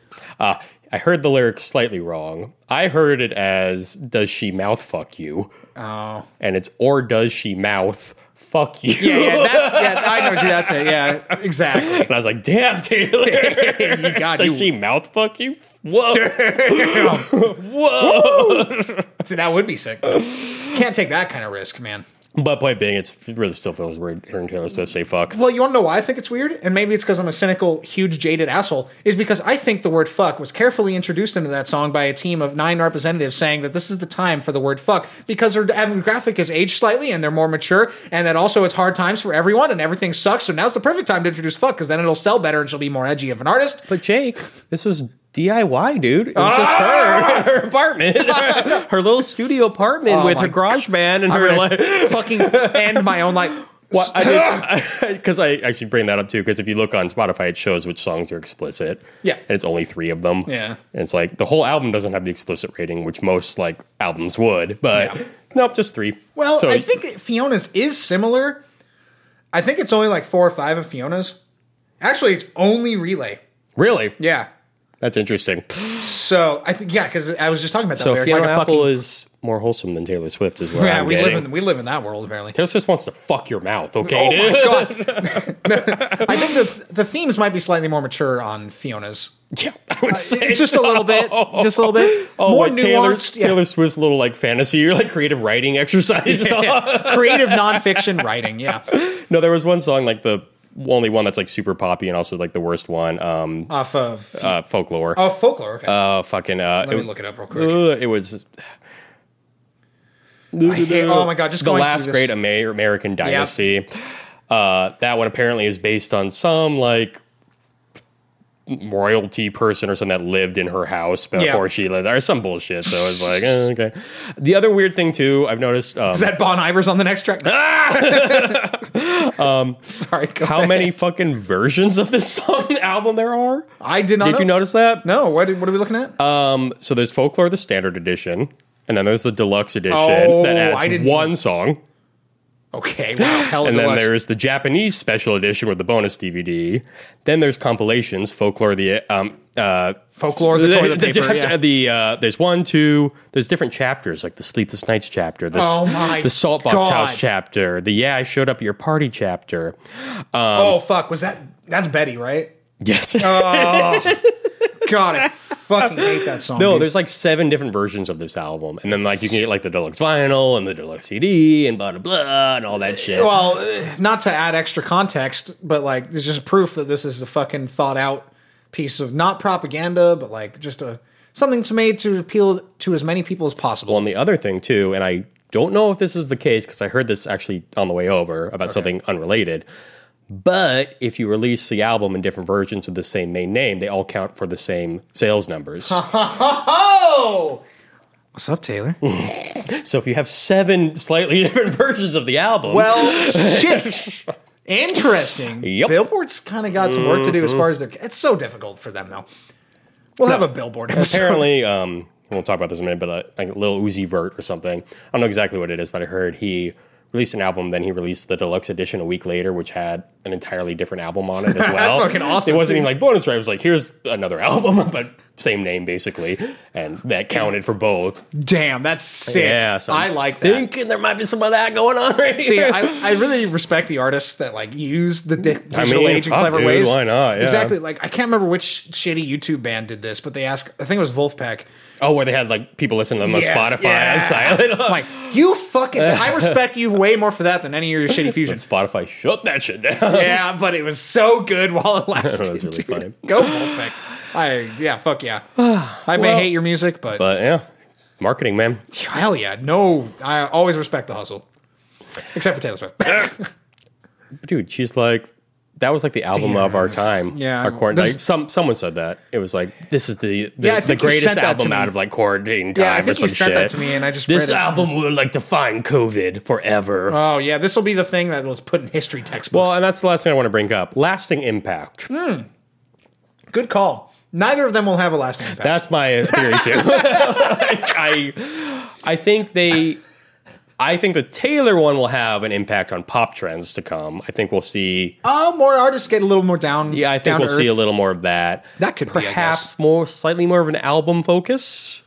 I heard the lyrics slightly wrong. I heard it as "Does she mouth fuck you?" Oh, and it's "Or does she mouth fuck you?" Yeah, yeah, that's yeah. I know what you. That's it. Yeah, exactly. and I was like, "Damn, Taylor, You got does you. she mouth fuck you?" Whoa, See, that would be sick. Can't take that kind of risk, man. but point being, it's it really still feels weird hearing Taylor Swift say "fuck." Well, you want to know why I think it's weird? And maybe it's because I'm a cynical, huge, jaded asshole, is because I think the word fuck was carefully introduced into that song by a team of nine representatives saying that this is the time for the word fuck because their demographic has aged slightly and they're more mature and that also it's hard times for everyone and everything sucks. So now's the perfect time to introduce fuck because then it'll sell better and she'll be more edgy of an artist. But Jake, this was DIY, dude. It was just her, in her apartment, her little studio apartment with my her garage band and I'm her gonna like. fucking end my own life. Well, I did because I actually bring that up too. Because if you look on Spotify, it shows which songs are explicit. Yeah. and it's only three of them. Yeah. and it's like the whole album doesn't have the explicit rating, which most like albums would. But nope, just three. Well, so I think that Fiona's is similar. I think it's only like four or five of Fiona's. Actually, it's only Relay. really, Yeah. that's interesting. So I think yeah, because I was just talking about that. So lyric, Fiona like a Apple fucking- is more wholesome than Taylor Swift, is what yeah, I'm we getting. live in we live in that world apparently. Taylor Swift wants to fuck your mouth, okay, Oh dude? my god! I think the the themes might be slightly more mature on Fiona's. Yeah, I would say It's Uh, just a little bit, just a little bit Oh, more like Taylor, nuanced. yeah. Taylor Swift's little like fantasy or like creative writing exercise. yeah. creative nonfiction writing. Yeah, No, there was one song like the only one that's like super poppy and also like the worst one, um, off of uh, folklore. oh folklore. Okay, Uh, fucking. Uh, let me look it up real quick. Ugh, it was. hate- oh my God, just the going through last this. great Amer- American dynasty. Uh, that one apparently is based on some like royalty person or something that lived in her house before she lived there, or some bullshit. So it's like eh, okay. The other weird thing too, I've noticed. Um, Is that Bon Iver's on the next track? um, sorry. go how ahead. many fucking versions of this song album there are? I did not. Did know. you notice that? No. What, did- what are we looking at? Um, so there's folklore, the standard edition, and then there's the deluxe edition Oh, that adds I didn't- one song, okay. Wow. Hell and then deluxe. there's the Japanese special edition with the bonus DVD. Then there's compilations, folklore, the um, uh, folklore. The toilet paper. chap- yeah. the, uh, there's one, two. There's different chapters, like the Sleepless Nights chapter, the, s- Oh my the Saltbox God. House chapter, the Yeah I Showed Up at Your Party chapter. oh fuck. Was that? That's Betty, right? Yes, Um, God, I fucking hate that song. no, dude. Oh, there's like seven different versions of this album, and then like you can get like the deluxe vinyl and the deluxe CD and blah blah blah and all that shit. Well, uh, not to add extra context, but like there's just proof that this is a fucking thought out piece of not propaganda, but like just a something to made to appeal to as many people as possible. Well, and the other thing too, and I don't know if this is the case because I heard this actually on the way over about something unrelated. But if you release the album in different versions with the same main name, they all count for the same sales numbers. Oh, what's up, Taylor? so if you have seven slightly different versions of the album, Well, shit. Interesting. Yep. Billboard's kind of got some work to do Mm-hmm. as far as their. It's so difficult for them though. We'll have a billboard episode. apparently, um, we'll talk about this in a minute, but uh, like Lil Uzi Vert or something. I don't know exactly what it is, but I heard he released an album, then he released the deluxe edition a week later, which had an entirely different album on it as well. fucking awesome, It wasn't dude. even like bonus track. It was like, here's another album, but same name basically, and that counted for both. Damn, that's sick. Yeah, so I I'm like that. Thinking there might be some of that going on right See, here. I, I really respect the artists that like use the di- digital mean, age in fuck, clever dude, ways. why not? Yeah. Exactly. Like I can't remember which shitty YouTube band did this, but they asked. I think it was Wolfpack. oh, where they had like people listening to them on Yeah, Spotify yeah. and silent. I'm like you fucking. I respect you way more for that than any of your shitty fusions. Spotify shut that shit down. yeah, but it was so good while it lasted. That's really dude. funny. Go Wolfpack. I yeah, fuck yeah. I may Well- hate your music, but, But yeah, marketing, man. hell yeah, no. I always respect the hustle, except for Taylor Swift. dude, she's like, that was like the album of our time. Yeah. our quarantine. This- Like, some someone said that it was like this is the the, Yeah, I the think you sent greatest that to album me. out of like quarantine time Yeah, I or think some you sent shit. that to me, and I just This read it. album will like define COVID forever. Oh yeah, this will be the thing that was put in history textbooks. well, and that's the last thing I want to bring up. Lasting impact. Good call. Neither of them will have a lasting impact. That's my uh, theory too. Like, I, I think they, I think the Taylor one will have an impact on pop trends to come. I think we'll see. oh, more artists get a little more down. Yeah, I think down we'll to see a earth. little more of that. That could be, I guess. perhaps more, slightly more of an album focus.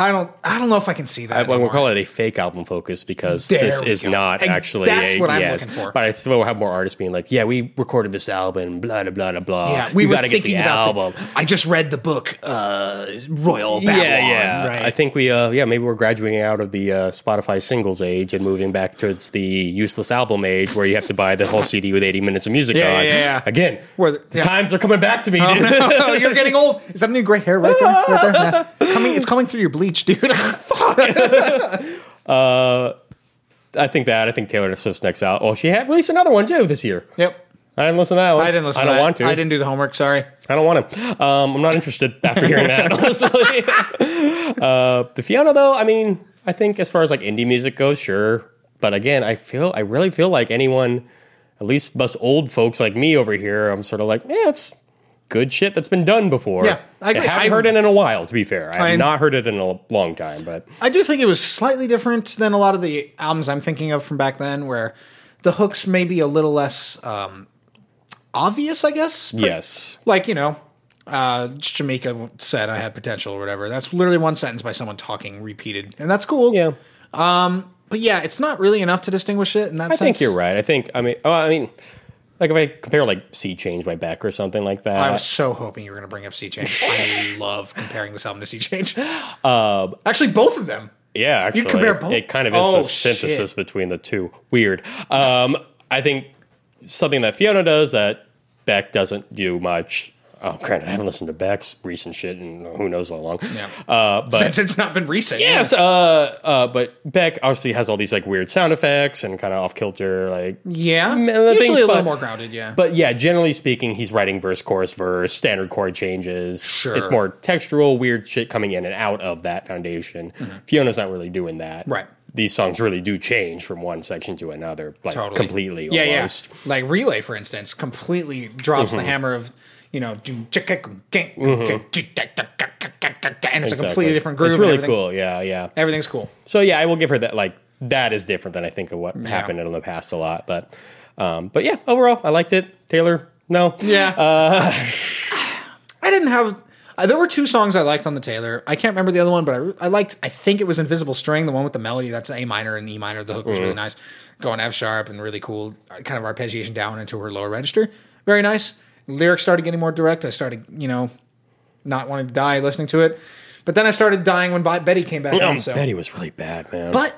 I don't. I don't know if I can see that. Well, we'll anymore. call it a fake album focus because There this we is go. not And actually that's a what I'm yes. looking for. But I think we'll have more artists being like, "Yeah, we recorded this album, blah blah blah blah blah." yeah, we You were gotta thinking get the about album. The, I just read the book, uh, Royal Babylon. yeah, yeah. Right. I think we, uh, yeah, maybe we're graduating out of the uh, Spotify singles age and moving back towards the useless album age, where you have to buy the whole CD with 80 minutes of music Yeah, on. yeah, yeah. Again, Where the- the yeah. times are coming back to me, dude. oh, you're getting old. Is that new gray hair right there? Right there? Yeah. Coming, it's coming through your bleach, dude. I think that. I think Taylor Swift's next album. Well, she had released another one too this year. yep. I didn't listen to that one. I didn't listen. I to don't that. want to. I didn't do the homework. Sorry. I don't want to. Um, I'm not interested after hearing that, honestly. uh, the Fiona, though, I mean, I think as far as like indie music goes, sure. But again, I feel, I really feel like anyone, at least us old folks like me over here, I'm sort of like, yeah, it's good shit that's been done before. Yeah, I agree. haven't I- heard it in a while, to be fair. I have I- not heard it in a long time, but I do think it was slightly different than a lot of the albums I'm thinking of from back then, where the hooks may be a little less um, obvious, I guess. yes. Like you know, uh, Jamaica said I had potential or whatever. That's literally one sentence by someone talking repeated, and that's cool. Yeah. But yeah, it's not really enough to distinguish it in that I sense. think you're right. I think, I mean, oh, I mean, like if I compare like Sea Change My Back or something like that. I was so hoping you were going to bring up Sea Change. I love comparing this album to Sea Change. Um, Actually, both of them. Yeah, actually, compare both? it kind of is Oh, a synthesis shit. between the two. Weird. Um, I think something that Fiona does that Beck doesn't do much. Oh, granted, I haven't listened to Beck's recent shit in who knows how long. Yeah. Uh, but Since it's not been recent. yes, uh, uh, but Beck obviously has all these like weird sound effects and kind of off kilter like Yeah. the Usually thing's a little fun. more grounded, yeah. but yeah, generally speaking, he's writing verse, chorus, verse, standard chord changes. Sure. It's more textural, weird shit coming in and out of that foundation. Fiona's not really doing that. Mm-hmm. Right. These songs really do change from one section to another, like Totally. completely yeah, almost. Mm-hmm. yeah. Like Relay, for instance, completely drops the hammer of, you know, and it's a completely different groove. It's and really everything. cool. Yeah, yeah. Everything's cool. So yeah, I will give her that. Like that is different than I think of what happened in the past a lot. But, um, but yeah, overall, I liked it. Taylor, no. Yeah. Uh, I didn't have. Uh, there were two songs I liked on the Taylor. I can't remember the other one, but I, I liked. I think it was Invisible String, the one with the melody. That's A minor and E minor. The hook was really nice, going F sharp and really cool, uh, kind of arpeggiation down into her lower register. Very nice. Lyrics started getting more direct. I started, you know, not wanting to die listening to it, but then I started dying when Bi- Betty came back. on, Um, so. Betty was really bad, man. But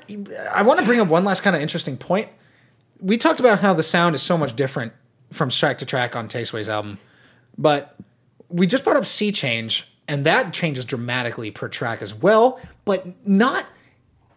I want to bring up one last kind of interesting point. We talked about how the sound is so much different from track to track on Tasteway's album, but we just brought up Sea Change, and that changes dramatically per track as well, but not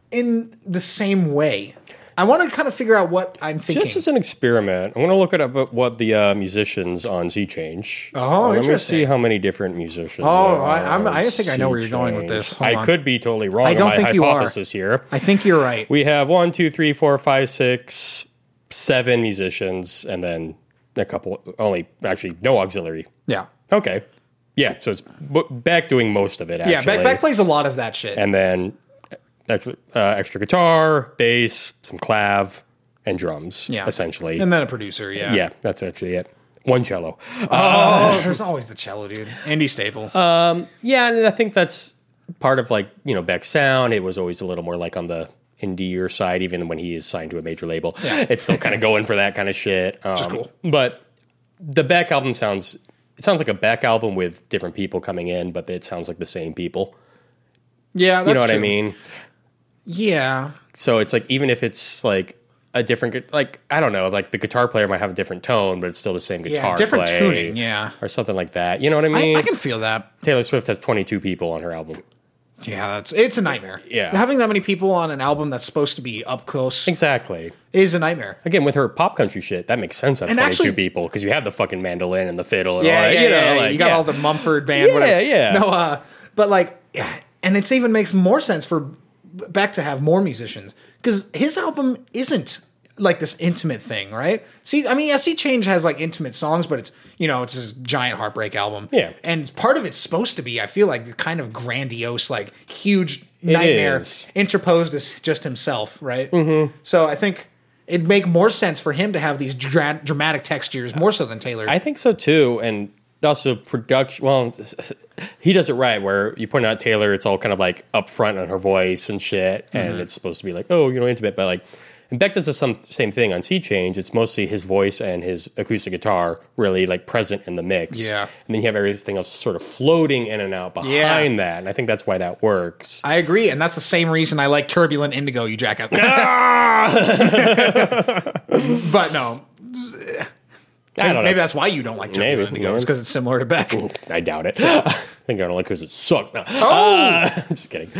in the same way. I want to kind of figure out what I'm thinking. Just as an experiment, I want to look it up at what the uh, musicians on Z Change. Uh, Oh, let me interesting. see how many different musicians. Oh, there I- are I'm- on I think I know where you're going with Z this. Change. Hold I on. could be totally wrong. I don't don't my think you are. hypothesis here. I think you're right. We have one, two, three, four, five, six, seven musicians, and then a couple only actually no auxiliary. Yeah. Okay, yeah. So it's B- Beck doing most of it. Actually. Yeah, Beck, Beck plays a lot of that shit. and then extra, uh, extra guitar, bass, some clav, and drums. Yeah. essentially. And then a producer, yeah. Yeah, that's actually it. One cello. Oh, there's always the cello, dude. Andy Staple. Uh, Yeah, and I think that's part of like, you know, Beck's sound. It was always a little more like on the indie side, even when he is signed to a major label. It's still kind of going for that kind of shit. Um, cool. But the Beck album sounds, it sounds like a Beck album with different people coming in, but it sounds like the same people. yeah, that's You know what I true. mean? Yeah. So it's like, even if it's like, a different gu- like I don't know like the guitar player might have a different tone but it's still the same guitar different play tuning, yeah. or something like that you know what I I, mean I can feel that. Taylor Swift has 22 people on her album Yeah, that's it's a nightmare. Yeah. having that many people on an album that's supposed to be up close exactly is a nightmare. again with her pop country shit that makes sense at And 22 actually- people because you have the fucking mandolin and the fiddle and all Yeah, that yeah, you know yeah, yeah. like you got yeah. all the Mumford band, Yeah, whatever. yeah. No, uh, but like, yeah, and it's even makes more sense for Beck to have more musicians because his album isn't like this intimate thing, right? See, I mean, yeah, See Change has like intimate songs, but it's you know it's his giant heartbreak album. Yeah. and part of it's supposed to be, I feel like, kind of grandiose, like huge nightmare is. interposed as just himself, right? Mm-hmm. So I think. It'd make more sense for him to have these dra- dramatic Uh, textures more so than Taylor. i think so too and also production well he does it right where you point out taylor it's all kind of like up front on her voice and shit Mm-hmm. and it's supposed to be like oh you know intimate but like and beck does the some, same thing on sea change it's mostly his voice and his acoustic guitar really like present in the mix Yeah. and then you have everything else sort of floating in and out behind that and i think that's why that works I agree, and that's the same reason I like Turbulent Indigo, you jackass. but no, I don't know. maybe that's why you don't like Turbulent Maybe, Indigo. It's maybe. because it's similar to Beck. I doubt it. I think I don't like because it sucks. No. Oh! Uh, I'm just kidding.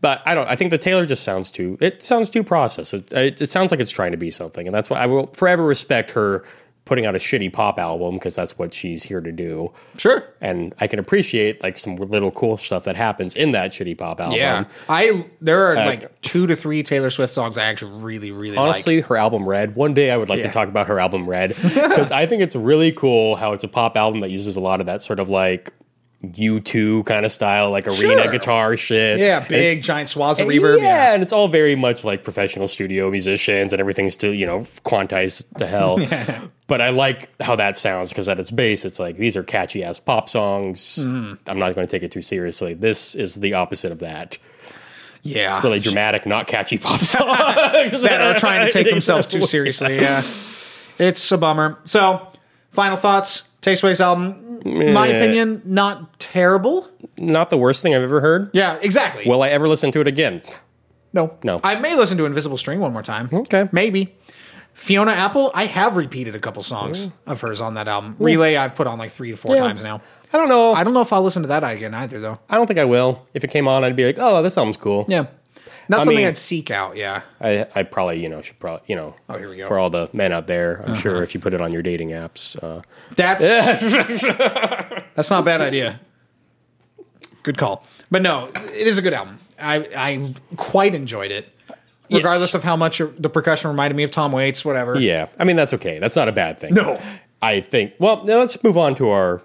But I don't. I think the Taylor just sounds too. It sounds too processed. It, it, it sounds like it's trying to be something, and that's why I will forever respect her putting out a shitty pop album because that's what she's here to do. Sure. And I can appreciate like some little cool stuff that happens in that shitty pop album. Yeah, I there are like two to three Taylor Swift songs I actually really really like. Honestly, her album Red. One day I would like Yeah. to talk about her album Red because I think it's really cool how it's a pop album that uses a lot of that sort of like U2 kind of style, like arena Sure. guitar shit. Yeah, And big giant swaths of reverb. Yeah, and it's all very much like professional studio musicians and everything's still, you know, quantized to hell. But I like how that sounds because at its base, it's like these are catchy ass pop songs. Mm. I'm not going to take it too seriously. This is the opposite of that. yeah. Really dramatic, not catchy pop songs that are trying to take themselves too seriously. Yeah, it's a bummer. So, final thoughts. Tasteways album, my Yeah. opinion, not terrible. Not the worst thing I've ever heard. Yeah, exactly. Will I ever listen to it again? no, no. I may listen to Invisible String one more time. Okay. maybe. Fiona Apple, I have repeated a couple songs of hers on that album. Relay, I've put on like three to four Yeah. times now. I don't know. I I, don't know if I'll listen to that again either, though. don't think I will. If it came on, I'd be like, oh, this album's cool. Yeah, not something mean- I'd seek out. Yeah, I, I probably, you know, should probably, you know, Oh, here we go. for all the men out there, Uh-huh. I'm sure if you put it on your dating apps, uh, That's that's not a bad idea. Good call. But no, it is a good album. I I quite enjoyed it, Yes. regardless of how much the percussion reminded me of Tom Waits. Whatever. yeah, I mean, that's okay. That's not a bad thing. No. I think, well, now let's move on to our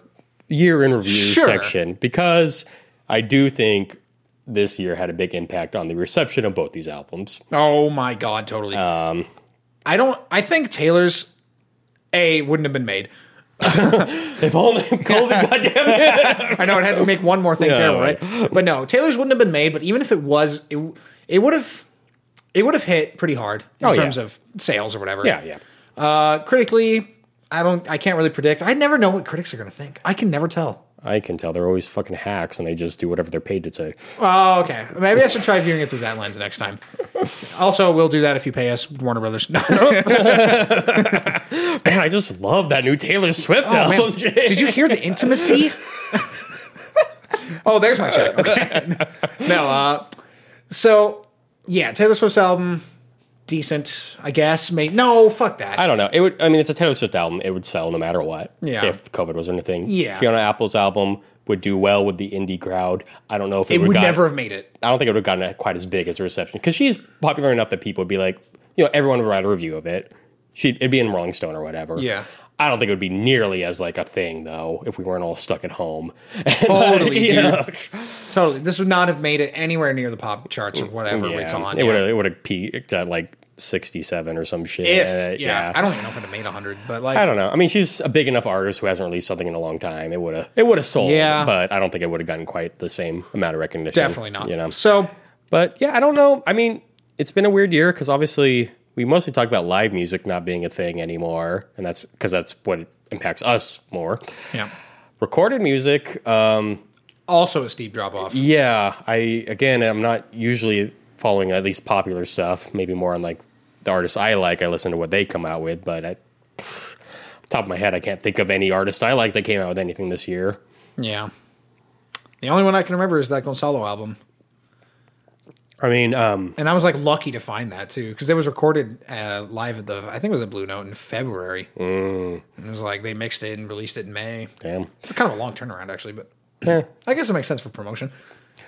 year in review Sure. section because I do think this year had a big impact on the reception of both these albums. Oh my god, totally. Um, I don't. I think Taylor's a wouldn't have been made. If only COVID, goddamn it. I know it had to make one more thing terrible, right? But no, Taylor's wouldn't have been made. But even if it was, it it would have it would have hit pretty hard in Oh, yeah. terms of sales or whatever. Yeah, yeah. Uh, critically, I don't. I can't really predict. I never know what critics are going to think. I can never tell. I can tell they're always fucking hacks and they just do whatever they're paid to say. Oh, okay. Maybe I should try viewing it through that lens next time. Also, we'll do that if you pay us, Warner Brothers. No, Man, I just love that new Taylor Swift Oh, man. album. Did you hear the intimacy? oh, there's my check. Okay. No. Uh, so yeah, Taylor Swift's album, decent, I guess. May no, fuck that. I don't know. It would. I mean, it's a Taylor Swift album. It would sell no matter what. Yeah. If COVID was anything. Yeah. Fiona Apple's album would do well with the indie crowd. I don't know if it, it would've would gotten- never have made it. I don't think it would have gotten quite as big as a reception because she's popular enough that people would be like, you know, everyone would write a review of it. She would it'd be in Rolling Stone or whatever. Yeah. I don't think it would be nearly as like a thing though if we weren't all stuck at home. Totally, You dude. know? Totally, this would not have made it anywhere near the pop charts or whatever Yeah. it's on. It yeah. would have. It would have peaked at like sixty-seven or some shit. If yeah. I don't even know if it made hundred, but like I don't know. I mean, she's a big enough artist who hasn't released something in a long time. It would have it would have sold, Yeah. but I don't think it would have gotten quite the same amount of recognition. definitely not. You know. So But yeah, I don't know. I mean, it's been a weird year because obviously we mostly talk about live music not being a thing anymore, and that's because that's what impacts us more. yeah, Recorded music, um, also a steep drop off. yeah. I again, I'm not usually following at least popular stuff. Maybe more on like the artists I like. I listen to what they come out with, but I, top of my head, I can't think of any artist I like that came out with anything this year. Yeah, the only one I can remember is that Gonzalo album, I mean, um, and I was like lucky to find that too because it was recorded uh, live at the I think it was at Blue Note in February. Mm. And it was like they mixed it and released it in May. damn. It's kind of a long turnaround actually, but I guess it makes sense for promotion.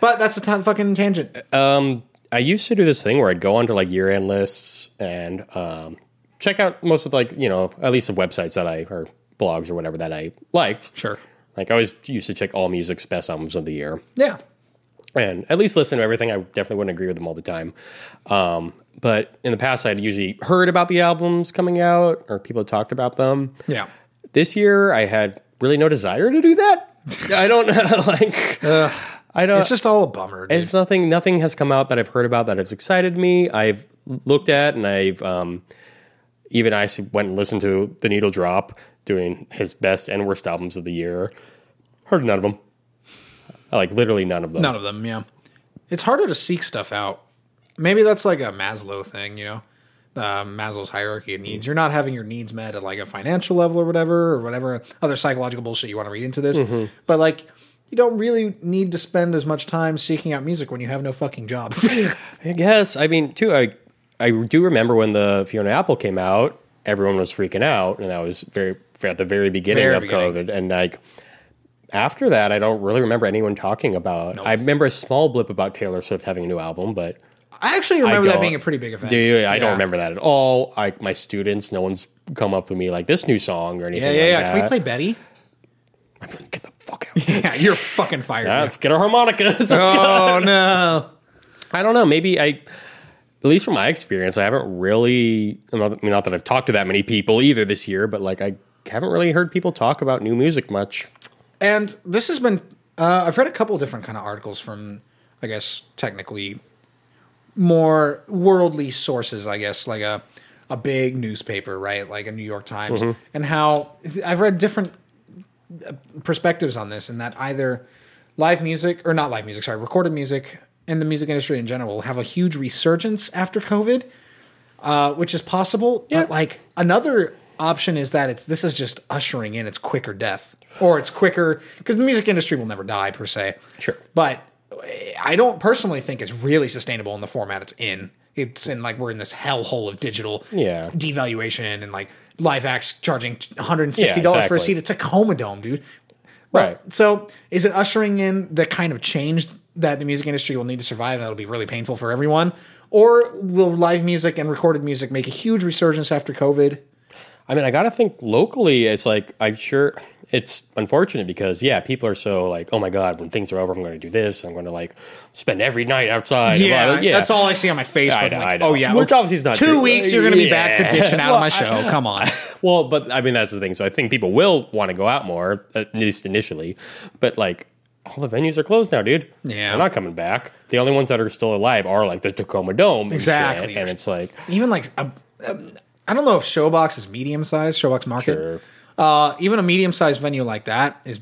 But that's a t- fucking tangent. Um, I used to do this thing where I'd go onto like year end lists and um, check out most of like you know at least the websites that I or blogs or whatever that I liked. Sure. Like I always used to check all music's best albums of the year Yeah. and at least listen to everything. I definitely wouldn't agree with them all the time. Um, but in the past, I'd usually heard about the albums coming out or people had talked about them. Yeah. This year, I had really no desire to do that. I don't like. I don't. It's just all a bummer. Dude. It's nothing. Nothing has come out that I've heard about that has excited me. I've looked at and I've um, even I s- went and listened to the Needle Drop doing his best and worst albums of the year. Heard none of them. Like literally none of them. None of them, yeah. It's harder to seek stuff out. Maybe that's like a Maslow thing, you know? Uh, Maslow's hierarchy of Mm-hmm. needs. You're not having your needs met at like a financial level or whatever, or whatever other psychological bullshit you want to read into this. Mm-hmm. But like, you don't really need to spend as much time seeking out music when you have no fucking job. I guess. I mean, too. I I do remember when the Fiona Apple came out, everyone was freaking out, and that was very at the very beginning Very of beginning. COVID, and like after that, I don't really remember anyone talking about. I remember a small blip about Taylor Swift having a new album, but I actually I remember that don't- being a pretty big event. Do you? I don't Yeah. remember that at all. I, my students, no one's come up to me like this new song or Yeah, anything. yeah, yeah. like Can we that. play Betty? I'm like, Get the fuck out. Yeah, you're fucking fired. Yeah, man. Let's get our harmonicas. Oh no. I don't know. Maybe I, at least from my experience, I haven't really. I mean, not that I've talked to that many people either this year, but like I haven't really heard people talk about new music much. And this has been uh, I've read a couple different kind of articles from I guess technically more worldly sources, I guess, like a a big newspaper, right? Like a New York Times. And how I've read different uh, perspectives on this and that either live music or not live music, sorry, recorded music and the music industry in general will have a huge resurgence after COVID. uh, which is possible. But like another option is that it's this is just ushering in its quicker death, or it's quicker because the music industry will never die per se. Sure. but I don't personally think it's really sustainable in the format it's in. It's in like we're in this hellhole of digital Yeah. devaluation and like live acts charging one hundred and sixty Yeah, dollars for a exactly. seat at Tacoma Dome, dude. Right. So is it ushering in the kind of change that the music industry will need to survive and that'll be really painful for everyone? Or will live music and recorded music make a huge resurgence after COVID? I mean, I gotta think locally. It's like I'm sure it's unfortunate because yeah, people are so like, oh my god, when things are over, I'm going to do this. I'm going to like spend every night outside. and blah, blah, yeah. That's all I see on my Facebook. I know, like, I know. Oh yeah. Which okay, obviously is not two true. weeks you're gonna be back to Yeah. ditching out of Well, my I- show. Come on. Well, but I mean that's the thing. So I think people will want to go out more, at least initially. But like all the venues are closed now, dude. Yeah. they're not coming back. The only ones that are still alive are like the Tacoma Dome, and Exactly. shit. And it's like Even like a, um, I don't know if Showbox is medium sized, Showbox Market. Sure. Uh, even a medium sized venue like that is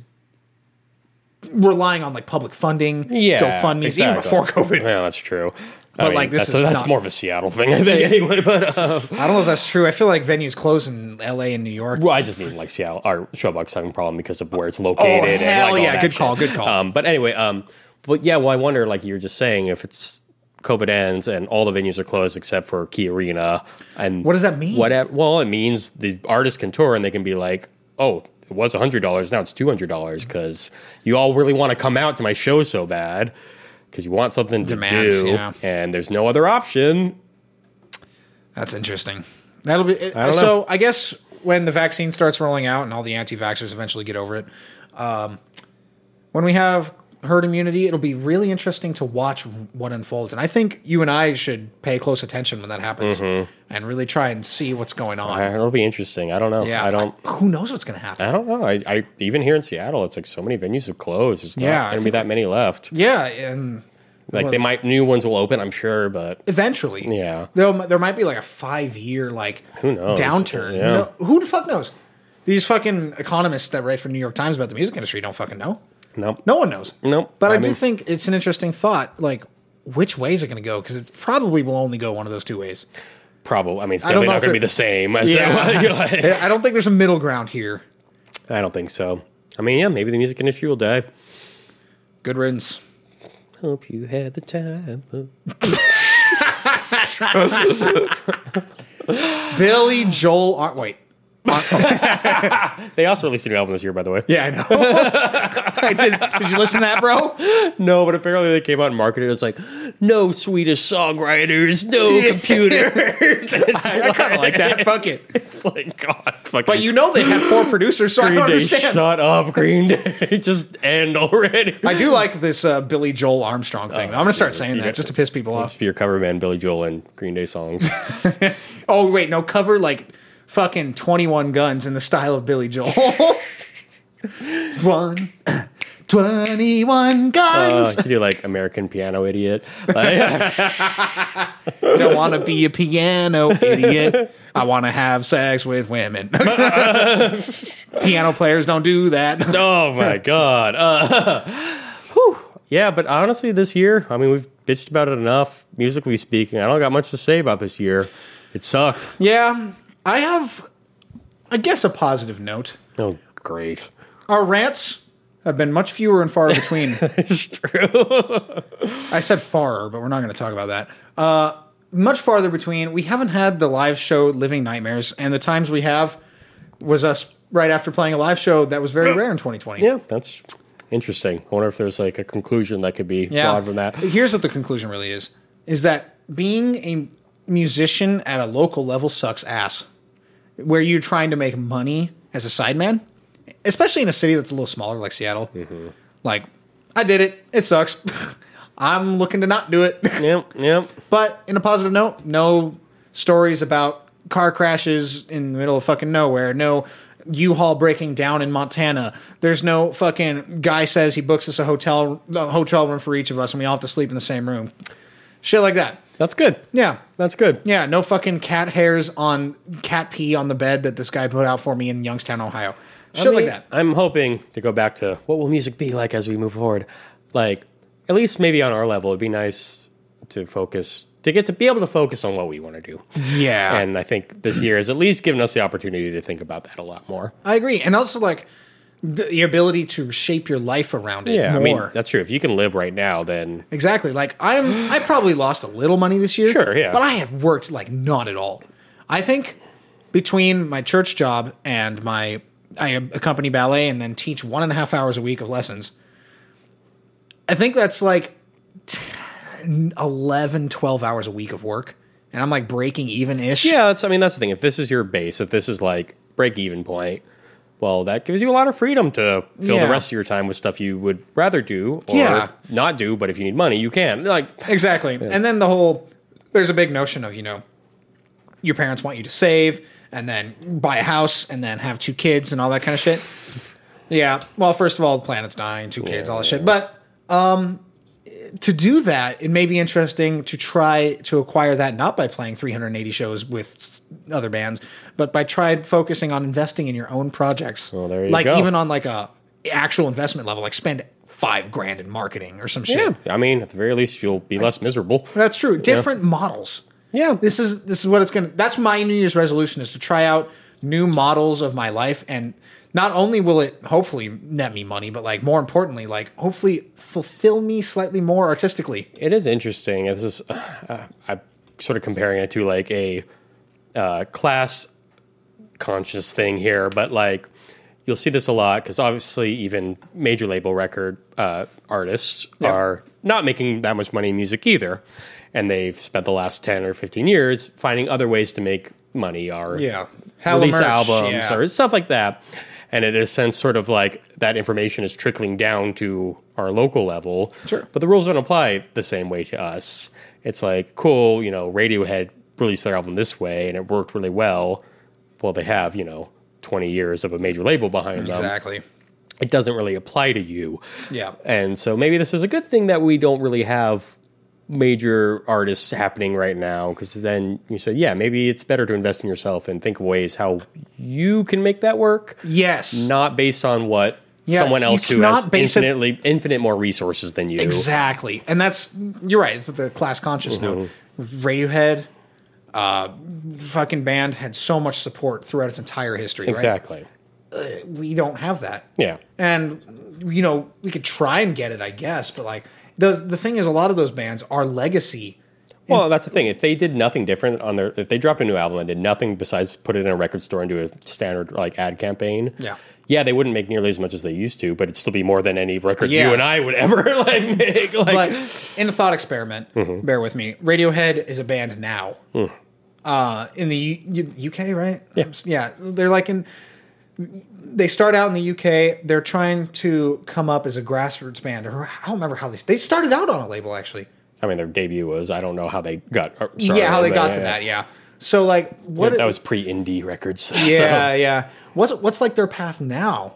relying on like public funding, yeah, GoFundMe, even exactly. before COVID. Yeah, that's true. But, like, this that's, is that's not- more of a Seattle thing, I think. Anyway, but uh, I don't know if that's true. I feel like venues close in L.A. and New York. well, I just mean like Seattle or Showbox having a problem because of where it's located. and, Oh, hell like, all yeah, that good shit. call, good call. Um, but anyway, um, but yeah, well, I wonder, like you were just saying, if it's COVID ends and all the venues are closed except for Key Arena, and What does that mean? Whatever. Well, it means the artists can tour and they can be like, oh. It was hundred dollars. Now it's two hundred dollars because you all really want to come out to my show so bad because you want something to Demands, do, yeah. and there's no other option. That's interesting. That'll be know. so. I guess when the vaccine starts rolling out and all the anti-vaxxers eventually get over it, um, when we have herd immunity, it'll be really interesting to watch what unfolds. And I think you and I should pay close attention when that happens and really try and see what's going on. Mm-hmm. I- It'll be interesting. I don't know. yeah, I don't. who knows what's going to happen? I don't know. I, I even here in Seattle, it's like so many venues have closed. There's Yeah, I not going to be think- that many left. yeah, and Like they might new ones will open, I'm sure, but eventually. Yeah. There, there might be like a five year like Who knows? downturn. Yeah. No- who the fuck knows? These fucking economists that write for New York Times about the music industry don't fucking know. no, No one knows. Nope. But I, I do mean- think it's an interesting thought. Like, which way is it going to go? Because it probably will only go one of those two ways. probably. I mean, it's I don't definitely know not if going to be they're- the same. as I I don't think there's a middle ground here. I don't think so. I mean, yeah, maybe the music industry will die. Good riddance. Hope you had the time. of- Billy Joel. Ar- wait. They also released a new album this year, by the way. Yeah, I know. I did. Did you listen to that, bro? No, but apparently they came out and marketed it as like, no Swedish songwriters, no computers. it's I kind of like that. Fuck it. It's like God, fucking. But you know they had four producers, so I Green don't Day, understand. shut up, Green Day. Just end already. I do like this uh, Billy Joel Armstrong thing. though. I'm gonna start saying that just to piss people off. Just be your cover band, Billy Joel and Green Day songs. Oh wait, no cover like fucking 21 guns in the style of Billy Joel. One, 21 Uh, guns. you do like American Piano Idiot. Like, Don't want to be a piano idiot. I want to have sex with women. piano players don't do that. oh my god. Uh, whew. yeah, but honestly, this year, I mean, we've bitched about it enough, musically speaking. I don't got much to say about this year. It sucked. Yeah, I have, I guess, a positive note. Oh, great. Our rants have been much fewer and far between. It's true. I said far, but we're not going to talk about that. Uh, much farther between. We haven't had the live show Living Nightmares, and the times we have was us right after playing a live show that was very rare in 2020. Yeah, that's interesting. I wonder if there's like a conclusion that could be Yeah. drawn from that. Here's what the conclusion really is: is that being a musician at a local level sucks ass, where you're trying to make money as a sideman, especially in a city that's a little smaller like Seattle. Like, I did it. It sucks. I'm looking to not do it. Yep, yep. but in a positive note, no stories about car crashes in the middle of fucking nowhere. No U-Haul breaking down in Montana. There's no fucking guy says he books us a hotel a hotel room for each of us and we all have to sleep in the same room. Shit like that. That's good. Yeah. That's good. Yeah, no fucking cat hairs on cat pee on the bed that this guy put out for me in Youngstown, Ohio. Shit I mean, like that. I'm hoping to go back to what will music be like as we move forward. Like, at least maybe on our level, it'd be nice to focus to get to be able to focus on what we want to do. Yeah. And I think this year has at least given us the opportunity to think about that a lot more. I agree. And also like the, the ability to shape your life around it Yeah, more. I mean that's true. If you can live right now, then Exactly. Like I'm I probably lost a little money this year. Sure, yeah. But I have worked like not at all. I think between my church job and my I accompany ballet and then teach one and a half hours a week of lessons. I think that's like 10, 11, 12 hours a week of work. And I'm like breaking even ish. yeah, that's I mean that's the thing. If this is your base, if this is like break even point, well, that gives you a lot of freedom to fill Yeah. the rest of your time with stuff you would rather do or Yeah. not do. But if you need money, you can. Like, Exactly. And then the whole there's a big notion of, you know, your parents want you to save and then buy a house and then have two kids and all that kind of shit. Yeah. Well, first of all, the planet's dying, two kids, all that shit. But um to do that, it may be interesting to try to acquire that not by playing 380 shows with s- other bands, but by trying focusing on investing in your own projects. Well, there you like go. even on like a actual investment level, like spend five grand in marketing or some shit. yeah, I mean at the very least you'll be less miserable. That's true. Different models. Yeah, This is this is what it's gonna. That's my New Year's resolution is to try out new models of my life, and not only will it hopefully net me money, but like more importantly, like hopefully fulfill me slightly more artistically. it is interesting. This is uh, I'm sort of comparing it to like a uh, class conscious thing here, but like you'll see this a lot because obviously even major label record uh, artists are not making that much money in music either, and they've spent the last ten or fifteen years finding other ways to make money. Are Hella release merch, albums yeah. or stuff like that. And in a sense, sort of like that information is trickling down to our local level. Sure. But the rules don't apply the same way to us. It's like, cool, you know, Radiohead released their album this way and it worked really well. Well, they have, you know, 20 years of a major label behind them exactly. it doesn't really apply to you. Yeah. And so maybe this is a good thing that we don't really have major artists happening right now because then you said, yeah, maybe it's better to invest in yourself and think of ways how you can make that work, Yes. not based on what Yeah, someone you else who cannot has base it- infinitely infinite more resources than you. Exactly. And that's you're right. It's the class conscious note. Mm-hmm. Radiohead, uh, fucking band had so much support throughout its entire history. Right? Exactly. we don't have that. Yeah. And you know, we could try and get it, I guess, but like the the thing is a lot of those bands are legacy. Well, that's the thing. If they did nothing different on their, if they dropped a new album and did nothing besides put it in a record store and do a standard like ad campaign, Yeah. yeah, they wouldn't make nearly as much as they used to, but it'd still be more than any record Yeah. you and I would ever like make. Like, But in a thought experiment, Mm-hmm. bear with me. Radiohead is a band now. Mm. Uh, in the U- U- UK, right? Yeah. yeah, they're like in they start out in the UK. They're trying to come up as a grassroots band or I don't remember how they they started out on a label actually. I mean, their debut was I don't know how they got. or- sorry, yeah, how they but, got yeah, to that, yeah. So like what That was pre indie records. Yeah, so, yeah. What's what's like their path now?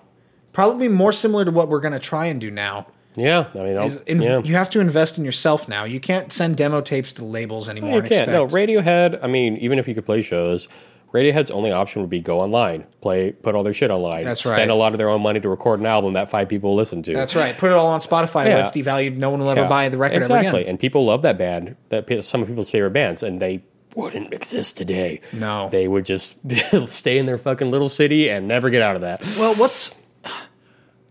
Probably more similar to what we're gonna try and do now. yeah. I mean, I'll- Is in- yeah. You have to invest in yourself now. You can't send demo tapes to labels anymore. You and can't. No, expect- Radiohead. I mean, even if you could play shows, Radiohead's only option would be go online, play, put all their shit online. That's spend right. a lot of their own money to record an album that five people listen to. That's right. Put it all on Spotify Yeah. where it's devalued. No one will ever Yeah, buy the record exactly. ever again. And people love that band. That pe- some of people's favorite bands, and they wouldn't exist today. No. they would just stay in their fucking little city and never get out of that. Well, what's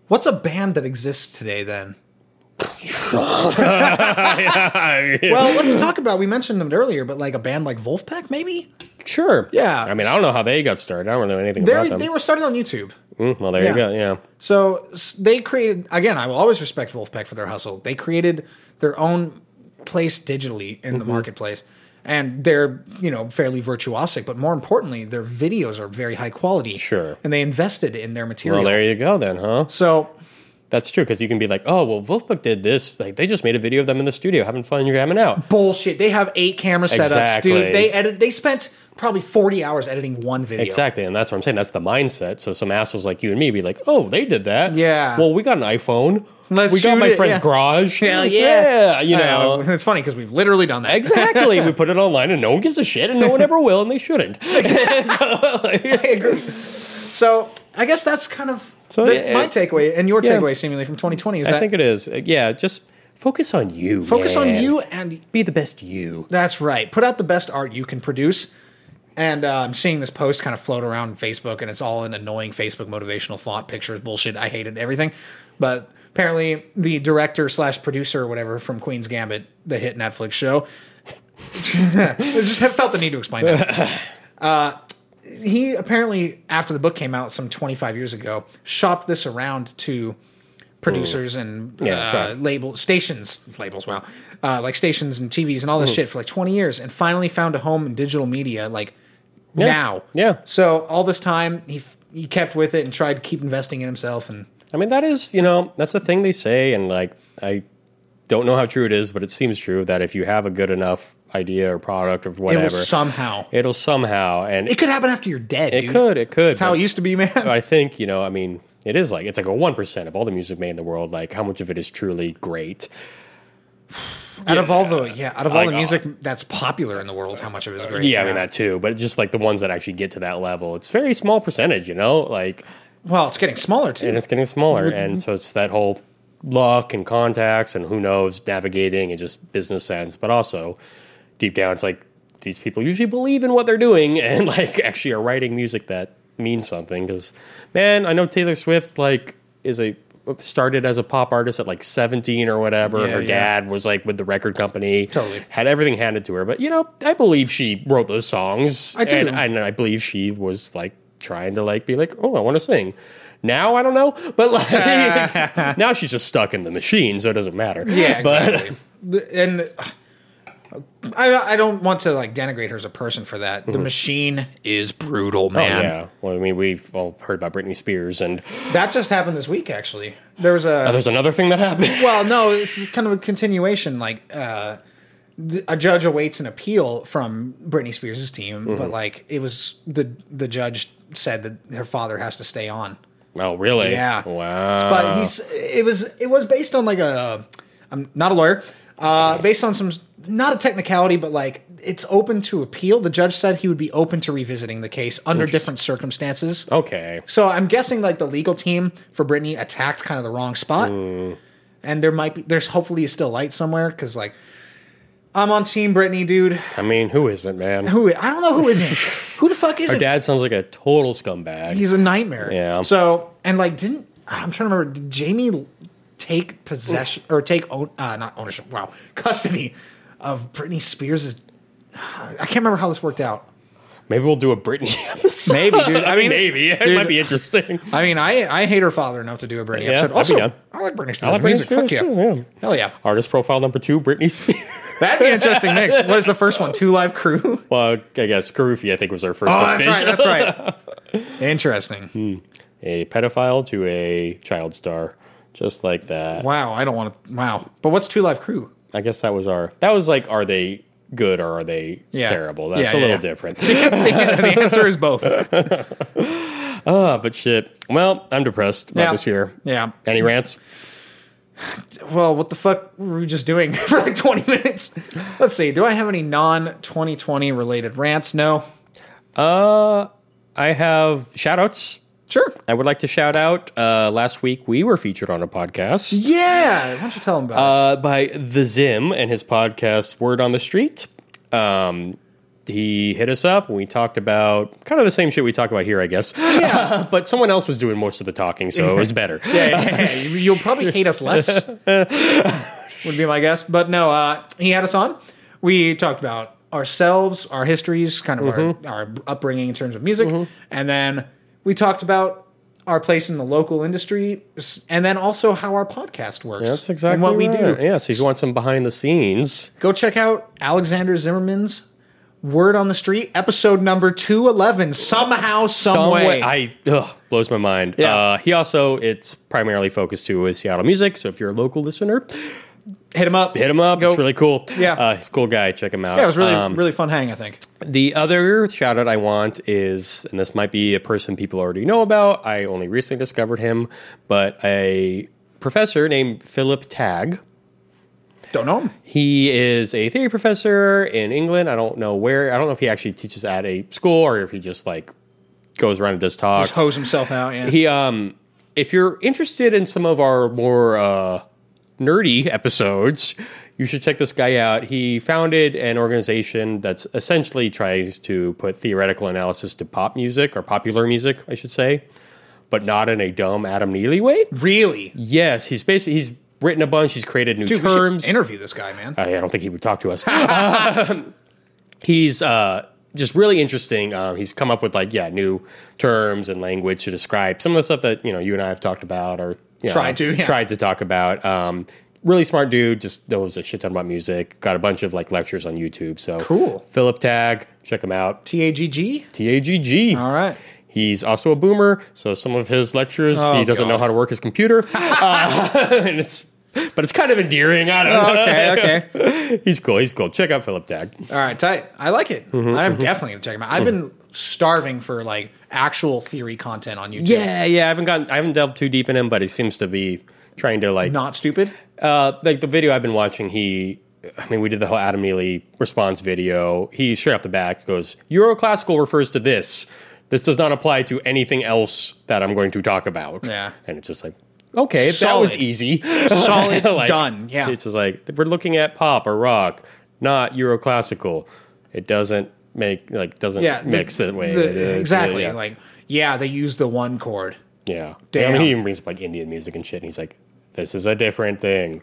what's a band that exists today then? Well, let's talk about. We mentioned them earlier, but like a band like Wolfpack, maybe Sure. Yeah. I mean, I don't know how they got started. I don't really know anything they about they them. were started on YouTube. Mm, well, there yeah. you go. Yeah. So s- they created again. I will always respect Wolfpack for their hustle. They created their own place digitally in the Mm-hmm. marketplace, and they're you know fairly virtuosic. But more importantly, their videos are very high quality. Sure. and they invested in their material. Well, there you go then, huh? so That's true because you can be like, oh, well, Wolfbook did this. Like, they just made a video of them in the studio having fun jamming out. bullshit. They have eight camera setups, Exactly. dude. They edit. They spent probably forty hours editing one video. Exactly, and that's what I'm saying. That's the mindset. So some assholes like you and me be like, "Oh, they did that. Yeah. Well, we got an iPhone. Let's we got shoot my it, friend's yeah. garage. Hell yeah. Yeah, You I know. it's funny because we've literally done that. exactly. we put it online, and no one gives a shit, and no one ever will, and they shouldn't. so, like, I agree. So I guess that's kind of So, the- yeah, my it- takeaway and your yeah. takeaway seemingly from 2020 is I that think it is. Yeah. Just focus on you. focus on man. you and Be the best you. that's right. Put out the best art you can produce. And uh, I'm seeing this post kind of float around on Facebook, and it's all in annoying Facebook motivational font pictures bullshit. I hated everything, but apparently the director slash producer or whatever from Queen's Gambit, the hit Netflix show, I just felt the need to explain that. Uh, he apparently after the book came out some 25 years ago shopped this around to producers and Yeah, uh, right. label stations labels wow uh, like stations and tvs and all this shit for like 20 years and finally found a home in digital media like now Yeah. so all this time he f- he kept with it and tried to keep investing in himself and I mean, that is, you know, that's the thing they say, and like, I don't know how true it is, but it seems true that if you have a good enough idea or product or it whatever, will somehow It'll somehow, and it it, could happen after you're dead dude. could, it could. that's how but it used to be man I think you know. I mean, it is like it's like a one percent of all the music made in the world. Like, how much of it is truly great? out of all the yeah out of all Like, the uh, music that's popular in the world how much of it is great Yeah, I mean that too. But just like the ones that actually get to that level, it's very small percentage. You know, like, well it's getting smaller too and it's getting smaller, Mm-hmm. and so it's that whole luck and contacts and who knows navigating and just business sense, but also deep down, it's like these people usually believe in what they're doing and like actually are writing music that means something. Because man, I know Taylor Swift like is a started as a pop artist at like 17 or whatever. Yeah, Her yeah. dad was like with the record company, Totally. had everything handed to her. But you know, I believe she wrote those songs, I do. and, and I believe she was like trying to like be like, oh, I want to sing. Now I don't know, but like now she's just stuck in the machine, so it doesn't matter. Yeah, but exactly. The- and uh, I, I don't want to like denigrate her as a person for that. The machine is brutal, Mm-hmm. Oh, man. yeah. Well, I mean, we've all heard about Britney Spears, and That just happened this week, actually. There was a there's another thing that happened. well, no, it's kind of a continuation. Like uh, th- a judge awaits an appeal from Britney Spears' team, Mm-hmm. but like it was the the judge said that her father has to stay on. Oh, really? Yeah. Wow. but he's it was it was based on like a I'm not a lawyer, uh, based on some not a technicality, but like it's open to appeal. The judge said he would be open to revisiting the case under different circumstances. Oh. okay. So I'm guessing like the legal team for Brittany attacked kind of the wrong spot, and there might be there's hopefully still light somewhere because like I'm on team Brittany, dude. I mean, who isn't, man? Who I don't know who isn't. who the fuck is Her it? dad sounds like a total scumbag. He's a nightmare. Yeah. So and like didn't I'm trying to remember did Jamie take possession or take own uh, not ownership wow custody of Britney Spears' I can't remember how this worked out. Maybe we'll do a Britney episode. Maybe, dude. I mean, maybe it dude, might be interesting. I mean, I I hate her father enough to do a Britney Yeah, I'd episode. be Also, down. I like Britney Spears. I like Britney music. Spears Fuck too, yeah. yeah. Hell yeah. Artist profile number two: Britney Spears. That'd be an interesting mix. What is the first one? Two Live Crew? Oh, well, I guess Karufi, I think, was our first that's official. right. That's right. Interesting. A pedophile to a child star, just like that. Wow. I don't want to. Wow. But what's Two Live Crew? I guess that was our. That was like, are they good or are they Yeah. terrible? That's Yeah, a yeah, little yeah. different. the answer is both. Ah, but shit. Well, I'm depressed about Yeah. this year. Yeah. Any rants? well, what the fuck were we just doing for like 20 minutes? Let's see. Do I have any non 2020 related rants? No. Uh, I have shout outs. Sure. I would like to shout out. Uh, last week we were featured on a podcast Yeah. Why don't you tell them about uh, by The Zim and his podcast Word on the Street. Um, he hit us up and we talked about kind of the same shit we talk about here, I guess. Yeah. but someone else was doing most of the talking, so it was better. You- You'll probably hate us less, would be my guess. But no, uh, he had us on. We talked about ourselves, our histories, kind of Mm-hmm. our, our upbringing in terms of music. And then we talked about our place in the local industry s- and then also how our podcast works. That's exactly And what we do. right. Yeah, so if you want some behind the scenes, Go check out Alexander Zimmerman's Word on the Street, episode number 211, somehow, some, some way. way- I ugh, blows my mind. Yeah. Uh, he also it's primarily focused to with Seattle music. So if you're a local listener, hit him up. hit him up. Go- It's really cool. Yeah. uh, he's a cool guy. Check him out. Yeah, it was really, Um, really fun hang, I think. The other shout out I want is, and this might be a person people already know about. I only recently discovered him, but a professor named Philip Tagg. Don't know him. He is a theory professor in England. I don't know where. I don't know if he actually teaches at a school or if he just like goes around and does talks. Just hose himself out. Yeah. He, um, if you're interested in some of our more uh, nerdy episodes, you should check this guy out. He founded an organization that's essentially tries to put theoretical analysis to pop music or popular music, I should say, but not in a dumb Adam Neely way. really? Yes, he's basically he's written a bunch. He's created new Dude, we should terms. Uh, interview this guy, man. I, I don't think he would talk to us. Um, he's uh, just really interesting. Um, he's come up with like yeah, new terms and language to describe some of the stuff that you know you and I have talked about or you know, Tried to, yeah. tried to talk about. Um, really smart dude. Just knows a shit ton about music. Got a bunch of like lectures on YouTube. So Cool. Philip Tag, check him out. T A G G. T A G G. All right. He's also a boomer, so some of his lectures Oh, he doesn't God. know how to work his computer, Uh, and it's but it's kind of endearing. I don't know. Okay. Oh, Okay. He's cool. He's cool. Check out Philip Tag. All right. Tight. I like it. Mm-hmm, I'm definitely gonna check him out. I've been starving for like actual theory content on YouTube. Yeah, yeah. I haven't gotten. I haven't delved too deep in him, but he seems to be trying to like. Not stupid. Uh, like the video I've been watching, he. I mean, we did the whole Adam Neely response video. He straight off the back goes, "Euroclassical refers to this. This does not apply to anything else that I'm going to talk about." Yeah. and it's just like. Okay, that was Solid. easy. Solid. Like, done. Yeah. It's just like we're looking at pop or rock, not Euroclassical. It doesn't make like doesn't yeah. the- mix that way. the- It is, exactly. yeah. Like yeah, they use the one chord. Yeah. Damn. I mean, he even brings up like Indian music and shit. And he's like, this is a different thing.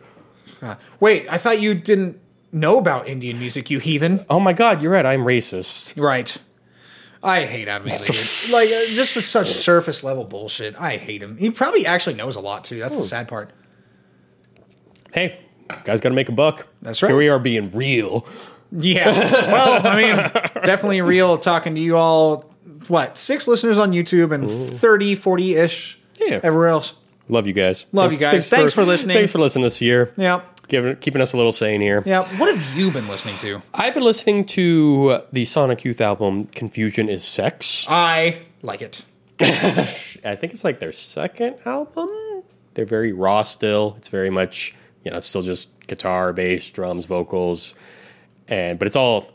Uh, wait, I thought you didn't know about Indian music, you heathen. Oh my God, you're right. I'm racist. Right. I hate Adam Ely. dude. like uh, just is such surface level bullshit. I hate him. He probably actually knows a lot too. That's the sad part. Hey, guys, got to make a buck. That's right. Here we are being real. Yeah. Well, I mean, definitely real talking to you all. What, six listeners on YouTube and 30, 40 ish Yeah. everywhere else. Love you guys. Love you guys. Thanks for listening. Thanks for listening this year. Yeah. Giving, keeping us a little sane here. Yeah. What have you been listening to? I've been listening to the Sonic Youth album, Confusion is Sex. I like it. I think it's like their second album. They're very raw still. It's very much, you know, it's still just guitar, bass, drums, vocals, and but it's all.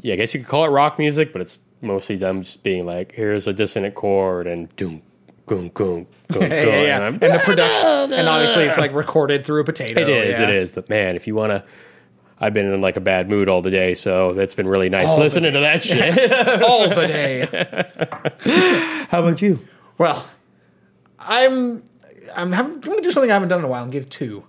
Yeah, I guess you could call it rock music, but it's mostly them just being like, here's a dissonant chord and doom, goom, goom, goom, Yeah, yeah, yeah. And the production. And obviously, it's like recorded through a potato. It is, Oh, yeah. it is. But man, if you want to. I've been in like a bad mood all the day, so that's been really nice All the listening to that shit. All the day. How about you? Well, I'm. I'm, having, I'm going to do something I haven't done in a while and give two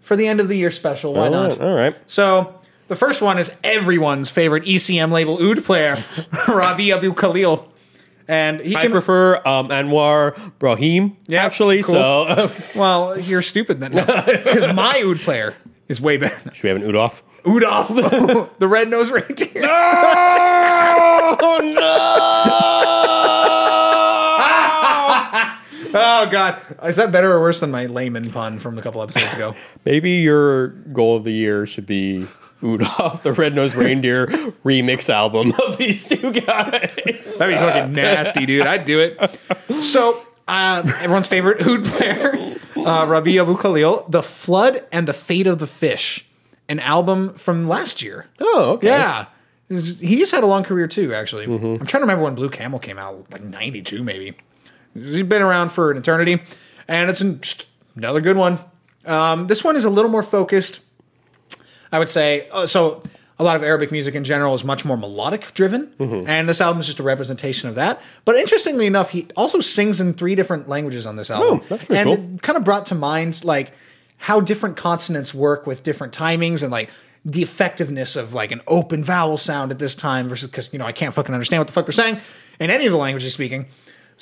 for the end of the year special. Why not? All right. So the first one is everyone's favorite ECM label Oud player, Rabi Abu Khalil. And he I came prefer um, Anwar Brahim, Yeah, actually. cool. So well, you're stupid then. Because my Oud player is way better. should we have an Udoff? Udolf, the red nosed reindeer. Oh Oh, God. Is that better or worse than my layman pun from a couple episodes ago? no! Maybe your goal of the year should be Udoff, the Red Nosed Reindeer remix album of these two guys. That'd be fucking nasty, dude. I'd do it. So, uh, everyone's favorite Oud player, uh, Rabi Abu Khalil, The Flood and the Fate of the Fish, an album from last year. Oh, okay. Mm-hmm. Yeah. He's had a long career too, actually. I'm trying to remember when Blue Camel came out, like 92 maybe. He's been around for an eternity, and it's an, just another good one. Um, this one is a little more focused, I would say. Uh, so a lot of Arabic music in general is much more melodic driven, Mm-hmm. and this album is just a representation of that. But interestingly enough, he also sings in three different languages on this album, Oh, that's pretty and cool. it kind of brought to mind like how different consonants work with different timings and like the effectiveness of like an open vowel sound at this time versus because you know I can't fucking understand what the fuck they're saying in any of the language he's speaking.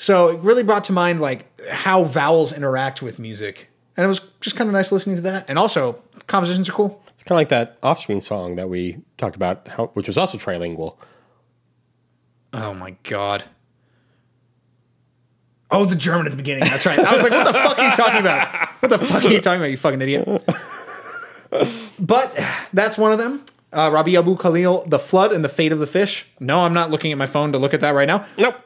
So it really brought to mind like how vowels interact with music, and it was just kind of nice listening to that. And also, compositions are cool. It's kind of like that off-screen song that we talked about, how, which was also trilingual. Oh my god. Oh, the German at the beginning. That's right. I was like, what the fuck are you talking about? What the fuck are you talking about, you fucking idiot? But that's one of them. Uh, Rabi Abu Khalil, The Flood and the Fate of the Fish. No, I'm not looking at my phone to look at that right now. Nope.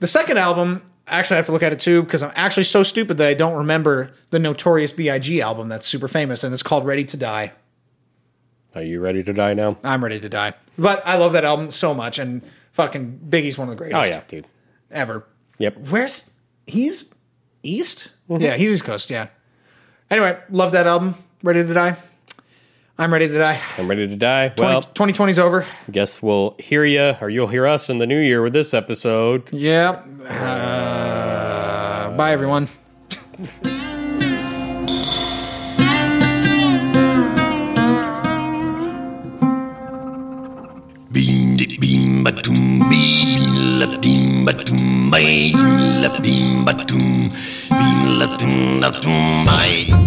The second album, actually, I have to look at it too because I'm actually so stupid that I don't remember the Notorious B.I.G. album that's super famous and it's called Ready to Die. Are you ready to die now? I'm ready to die. But I love that album so much and fucking Biggie's one of the Oh greatest yeah, dude. ever. Yep. Where's he's east? Yeah, he's East Coast. Yeah. Anyway, love that album. Ready to die. I'm ready to die. I'm ready to die. Well, 20, 2020's over. guess we'll hear you, or you'll hear us in the new year with this episode. Yeah. Uh, bye, everyone. Bing di bing ba dum bing la bing ba dum bay bing la bing ba dum bing la dum la dum bay.